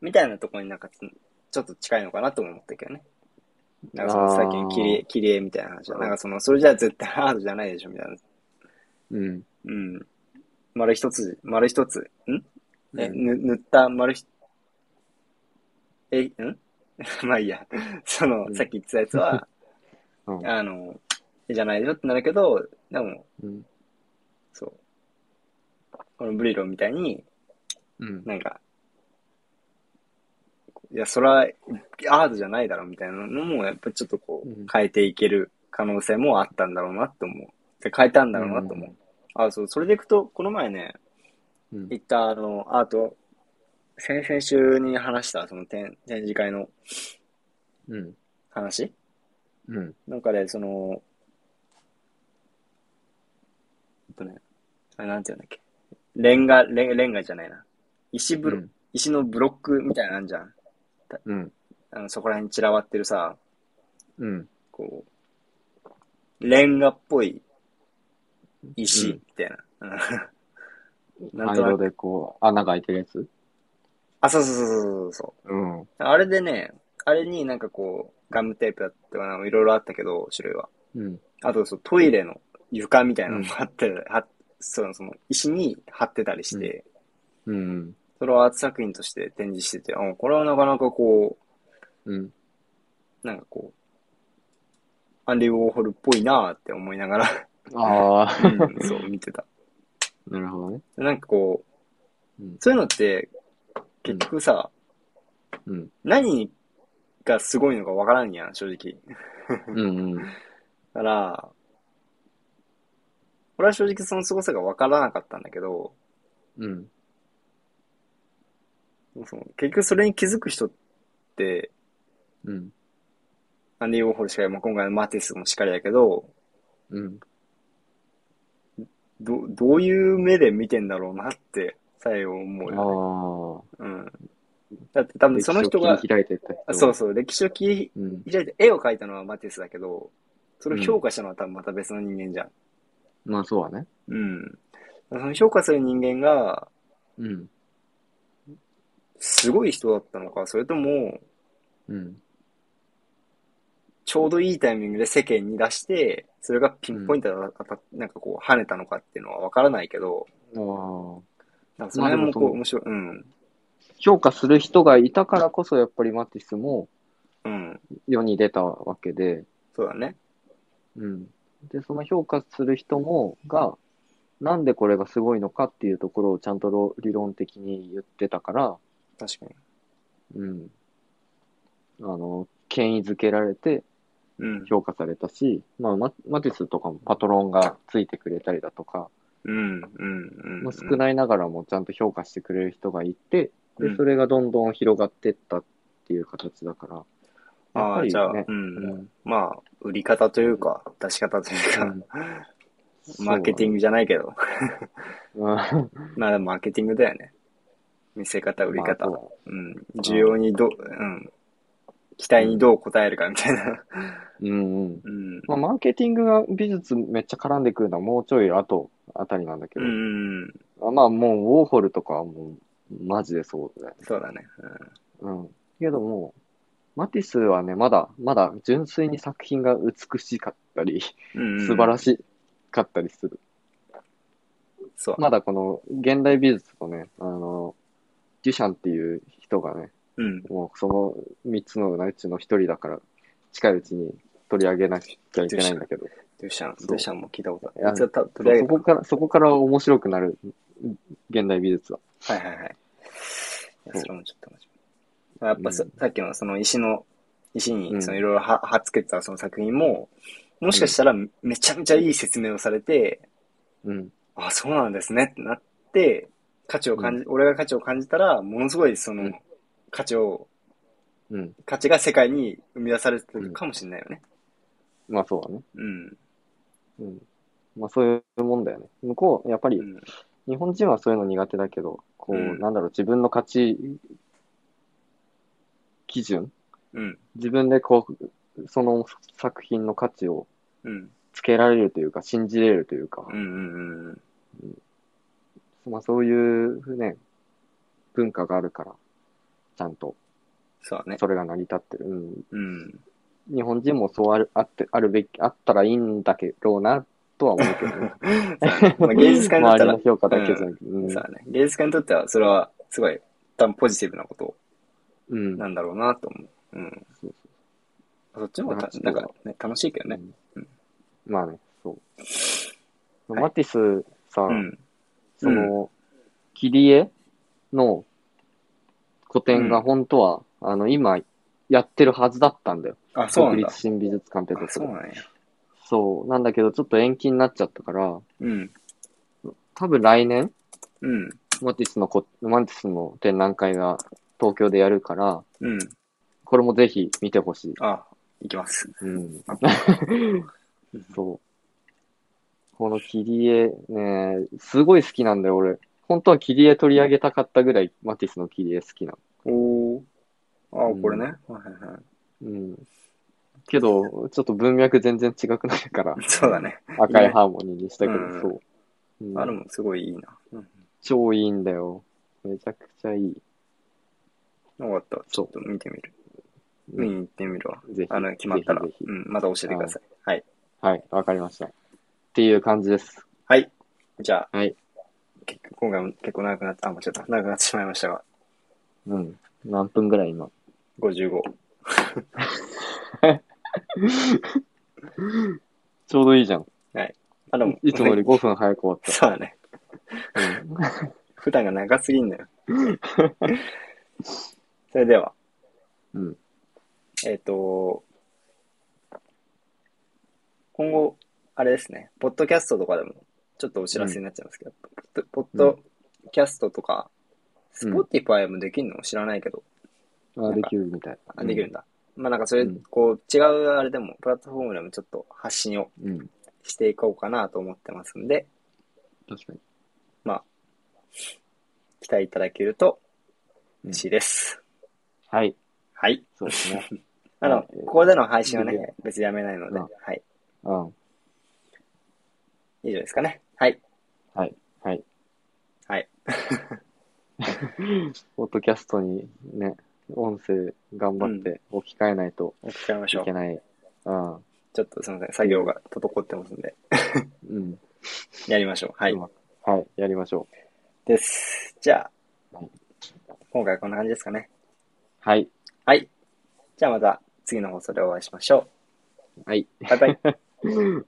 Speaker 2: みたいなとこになんかつ、ちょっと近いのかなとも思ったけどね。なんかその、
Speaker 1: あ
Speaker 2: さ
Speaker 1: ー
Speaker 2: っきの切り絵、切り絵みたいな話だ。なんかその、それじゃあ絶対アートじゃないでしょ、みたいな。
Speaker 1: うん。
Speaker 2: うん。丸一つ、丸一つ、んえ、
Speaker 1: うん
Speaker 2: ぬ、塗った丸ひ、え、ん まあいいや。その、
Speaker 1: うん
Speaker 2: さっき言ってたやつは、
Speaker 1: うん
Speaker 2: あの、絵じゃないでしょってなるけど、でも、
Speaker 1: うん。
Speaker 2: そう。このブリロみたいに、
Speaker 1: うん。
Speaker 2: なんか、いや、それはアートじゃないだろうみたいなのも、やっぱりちょっとこ
Speaker 1: うん
Speaker 2: う、変えていける可能性もあったんだろうなって思う。で、変えたんだろうなと思う。あ、そう、それでいくと、この前ね、
Speaker 1: うん
Speaker 2: 行ったあの、アート、先々週に話した、その展展示会の
Speaker 1: うん。
Speaker 2: 話
Speaker 1: うん。
Speaker 2: なんかね、その、えっとね、あれなんて言うんだっけ。レンガ、レンレンガじゃないな。石ブロ、
Speaker 1: うん
Speaker 2: 石のブロックみたいなのあんじゃん。
Speaker 1: うん。
Speaker 2: あのそこら辺に散らばってるさ、
Speaker 1: うん。
Speaker 2: こう、レンガっぽい石
Speaker 1: うん
Speaker 2: みたいな。うんなん
Speaker 1: 灰
Speaker 2: とな
Speaker 1: 色
Speaker 2: く。
Speaker 1: でこう、穴が開いてるやつ
Speaker 2: あ、そうそうそうそうそう
Speaker 1: うん。
Speaker 2: そう。あれでね、あれになんかこう、ガムテープだったかな、いろいろあったけど、種類は。
Speaker 1: うん。
Speaker 2: あと、そう、トイレの床みたいなのも貼ってる、はその、その、石に貼ってたりして、
Speaker 1: うん。
Speaker 2: それをアート作品として展示してて、あこれはなかなかこ
Speaker 1: うん。
Speaker 2: う、なんかこう、アンディ・ウォーホルっぽいなーって思いながら、
Speaker 1: あ
Speaker 2: う
Speaker 1: あ、
Speaker 2: ん そう、見てた。
Speaker 1: なるほどね。
Speaker 2: なんかこう
Speaker 1: うん、
Speaker 2: そういうのって、結局さ、
Speaker 1: うん。
Speaker 2: 何がすごいのかわからんやん、正直。
Speaker 1: うんうん。
Speaker 2: だから、俺は正直その凄さがわからなかったんだけど、
Speaker 1: うん。
Speaker 2: その結局それに気づく人って、
Speaker 1: うん。
Speaker 2: アンディ・ウォーホルしかり、まあ、今回のマティスもしかりだけど、
Speaker 1: うん。
Speaker 2: ど、どういう目で見てんだろうなって、さえ思うよ、
Speaker 1: あ
Speaker 2: ね。うん。だって多
Speaker 1: あ。
Speaker 2: 分その人
Speaker 1: 歴史を
Speaker 2: が
Speaker 1: 切、り開いてった人。
Speaker 2: そうそう、歴史を切
Speaker 1: う。うん。
Speaker 2: り開いて絵を描いたのはマティスだけど、それを評価したのは多分また別の人間じゃん。
Speaker 1: まあそうだね。
Speaker 2: うん。その評価する人間が、
Speaker 1: うん。
Speaker 2: すごい人だったのか、それとも、
Speaker 1: うん。
Speaker 2: ちょうどいいタイミングで世間に出して、それがピンポイントで当たっなんかこう、跳ねたのかっていうのはわからないけど、
Speaker 1: ああ。
Speaker 2: なんかその辺もこ、
Speaker 1: まあでもそうの
Speaker 2: 面白い。うん。
Speaker 1: 評価する人がいたからこそ、やっぱりマティスも
Speaker 2: うん。
Speaker 1: 世に出たわけで、
Speaker 2: そうだね。
Speaker 1: うん。で、その評価する人も、が、なんでこれがすごいのかっていうところをちゃんとろ理論的に言ってたから、
Speaker 2: 確かに。
Speaker 1: うん。あの、権威づけられて
Speaker 2: うん。
Speaker 1: 評価されたし、まあ、ママティスとかもパトロンがついてくれたりだとか、
Speaker 2: うん。うん。うん。
Speaker 1: まあ、少ないながらもちゃんと評価してくれる人がいて、
Speaker 2: う
Speaker 1: で、
Speaker 2: ん
Speaker 1: それがどんどん広がってったっていう形だから、やっ
Speaker 2: あ
Speaker 1: ぱ
Speaker 2: あ、
Speaker 1: り
Speaker 2: じゃあ、
Speaker 1: ね
Speaker 2: う、
Speaker 1: うん
Speaker 2: ん。まあ、売り方というか、出し方というか、 マーケティン
Speaker 1: グ。
Speaker 2: グじゃないけど、
Speaker 1: うん
Speaker 2: まあでもマーケティングだよね。見せ方、売り方。
Speaker 1: まあそ
Speaker 2: うん。需要にどう、うん。期待にどう応えるかみたいな。
Speaker 1: ううんうん。
Speaker 2: うん。
Speaker 1: まあ、マーケティングが美術めっちゃ絡んでくるのはもうちょい後あたりなんだけ
Speaker 2: う
Speaker 1: ど、
Speaker 2: ん。
Speaker 1: あまあもうウォーホルとかはもうマジでそうだよね。
Speaker 2: そうだね。
Speaker 1: うん。けどもう、マティスはね、まだ、まだ純粋に作品が美しかったり、
Speaker 2: うん。
Speaker 1: 素晴ら
Speaker 2: しい。
Speaker 1: しかったりする。
Speaker 2: そう。
Speaker 1: まだこの現代美術とね、あの、デュシャンっていう人がね、
Speaker 2: うん。
Speaker 1: もうその3つのうちの1人だから、近いうちに取り上げなきゃいけないんだけど、
Speaker 2: デュシャン、
Speaker 1: そう
Speaker 2: デュシャンも聞いたことあ
Speaker 1: いや
Speaker 2: る。あいつはたとりあえ
Speaker 1: そ
Speaker 2: ず、
Speaker 1: こから、そこから面白くなる、現代美術は。
Speaker 2: はいはいはい。いや
Speaker 1: そう
Speaker 2: それもちょっと面白い。やっぱさ,、
Speaker 1: うん
Speaker 2: さっきのその石の、石
Speaker 1: う
Speaker 2: に
Speaker 1: ん
Speaker 2: そのいろいろははっつけてたその作品も、もしかしたらめちゃめちゃいい説明をされて、
Speaker 1: うん。
Speaker 2: あ、そうなんですねってなって、価値を感じ、俺が価値を感じたら、ものすごいその、
Speaker 1: うん
Speaker 2: 価値を、
Speaker 1: うん。
Speaker 2: 価値が世界に生み出されてるかもしれないよね。
Speaker 1: まあそうだね。
Speaker 2: うん。
Speaker 1: うん。まあそういうもんだよね。向こう、やっぱり
Speaker 2: う、ん。
Speaker 1: 日本人はそういうの苦手だけど、こう、
Speaker 2: うん
Speaker 1: なんだろう、自分の価値基準
Speaker 2: うん。
Speaker 1: 自分でこう、その作品の価値を
Speaker 2: うん。
Speaker 1: つけられるというか、信じれるというか、
Speaker 2: うん。うん。うん。
Speaker 1: まあそういうね、文化があるから、ちゃんと、
Speaker 2: そうだね。
Speaker 1: それが成り立ってる。うん。
Speaker 2: うん。
Speaker 1: 日本人もそうある、あって、あるべき、あったらいいんだけどな、とは思うけどね。
Speaker 2: そうだね まあ、芸術家にとっ
Speaker 1: 周
Speaker 2: た
Speaker 1: り
Speaker 2: ら
Speaker 1: の、評価だけじゃなくて、
Speaker 2: そうだね。芸術家にとっては、それは、すごい、多分ポジティブなこと
Speaker 1: うん。
Speaker 2: なんだろうなと思う。うん。
Speaker 1: そう
Speaker 2: そっちの方が
Speaker 1: そ
Speaker 2: た、
Speaker 1: う
Speaker 2: なんか、ね、楽しいけどね。
Speaker 1: うんまあね、そう。
Speaker 2: はい
Speaker 1: マティスさ、
Speaker 2: うん。
Speaker 1: その、切り絵の古典が本当はあの、今、やってるはずだったんだよ。
Speaker 2: あ、そうなん
Speaker 1: 国
Speaker 2: だ
Speaker 1: 立。新美術館ってとこ
Speaker 2: あそう
Speaker 1: で。
Speaker 2: なんや。
Speaker 1: そう。なんだけど、ちょっと延期になっちゃったから、
Speaker 2: うん。
Speaker 1: 多分来年、
Speaker 2: うん。
Speaker 1: マティスのこ、マティスの展覧会が東京でやるから、
Speaker 2: うん。
Speaker 1: これもぜひ見てほしい。
Speaker 2: あ、行きます。
Speaker 1: うん
Speaker 2: あ。
Speaker 1: そう。この切り絵ね、すごい好きなんだよ、俺。本当は切り絵取り上げたかったぐらい、マティスの切り絵好きな
Speaker 2: おー。あ
Speaker 1: うん
Speaker 2: これね。はいはい は
Speaker 1: の。うん。けど、ちょっと文脈全然違くなるから、
Speaker 2: い。そうだね。
Speaker 1: 赤いハーモニーにしたけど、
Speaker 2: うん
Speaker 1: そう。うん
Speaker 2: あれもすごいいいな。うん。
Speaker 1: 超いいんだよ。めちゃくちゃいい。
Speaker 2: よかった。ちょっと見てみる。見に行ってみるわ。
Speaker 1: ぜひ。
Speaker 2: あの、決まったら。
Speaker 1: ぜひぜひ
Speaker 2: うん。また教えてください。はい。
Speaker 1: はい、わかりました。っていう感じです。
Speaker 2: はい。じゃあ、
Speaker 1: はい。
Speaker 2: 結構今回も結構長くなった。あ、間違った。長くなってしまいましたが、
Speaker 1: うん。何分ぐらい今。
Speaker 2: 55。
Speaker 1: ちょうどいいじゃん。
Speaker 2: あ、でも、
Speaker 1: いつもより5分早く終わっ
Speaker 2: そうだね。
Speaker 1: た。うん
Speaker 2: 普段が長すぎんのよ。それでは、
Speaker 1: うん。
Speaker 2: えっ、と、今後、あれですね、ポッドキャストとかでも、ちょっとお知らせになっちゃうんですけど、ポッドポッドキャストとか、ス
Speaker 1: うん
Speaker 2: ポティファイもできるの知らないけど、
Speaker 1: あ、できるみたい。
Speaker 2: あできるんだ。まあなんかそれ
Speaker 1: うん、
Speaker 2: こう、違うあれでも、プラットフォームでもちょっと発信を
Speaker 1: うん。うん。
Speaker 2: していこうかなと思ってますんで、
Speaker 1: 確かに。
Speaker 2: 期待いただけると嬉しいです。
Speaker 1: はい。
Speaker 2: はい。
Speaker 1: そうです ね。
Speaker 2: あの、
Speaker 1: はい
Speaker 2: ここでの配信は
Speaker 1: 全
Speaker 2: ね、別にやめないので、
Speaker 1: うん
Speaker 2: はい。
Speaker 1: うん。は
Speaker 2: 以上ですかね。はい。
Speaker 1: い。はい。
Speaker 2: はい。
Speaker 1: ポッドキャストにね、音声頑張って置き換えないと
Speaker 2: お疲れまし
Speaker 1: い
Speaker 2: ょう
Speaker 1: け。ない。うん。う
Speaker 2: ちょっとすみません。作業が滞ってますんで、
Speaker 1: ん。。
Speaker 2: やりましょう。はいう
Speaker 1: まくはい。やりましょう。
Speaker 2: です。じゃあ
Speaker 1: はい、
Speaker 2: 今回はこんな感じですかね。
Speaker 1: はい。
Speaker 2: はい。じゃあまた次の放送でお会いしましょ
Speaker 1: はい。
Speaker 2: う。バイ バイ。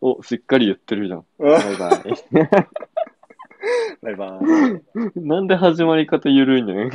Speaker 1: お、しっかり言ってるじゃん。
Speaker 2: うん
Speaker 1: バイバイ。
Speaker 2: バイバイ。
Speaker 1: なんで始まり方ゆるいねん。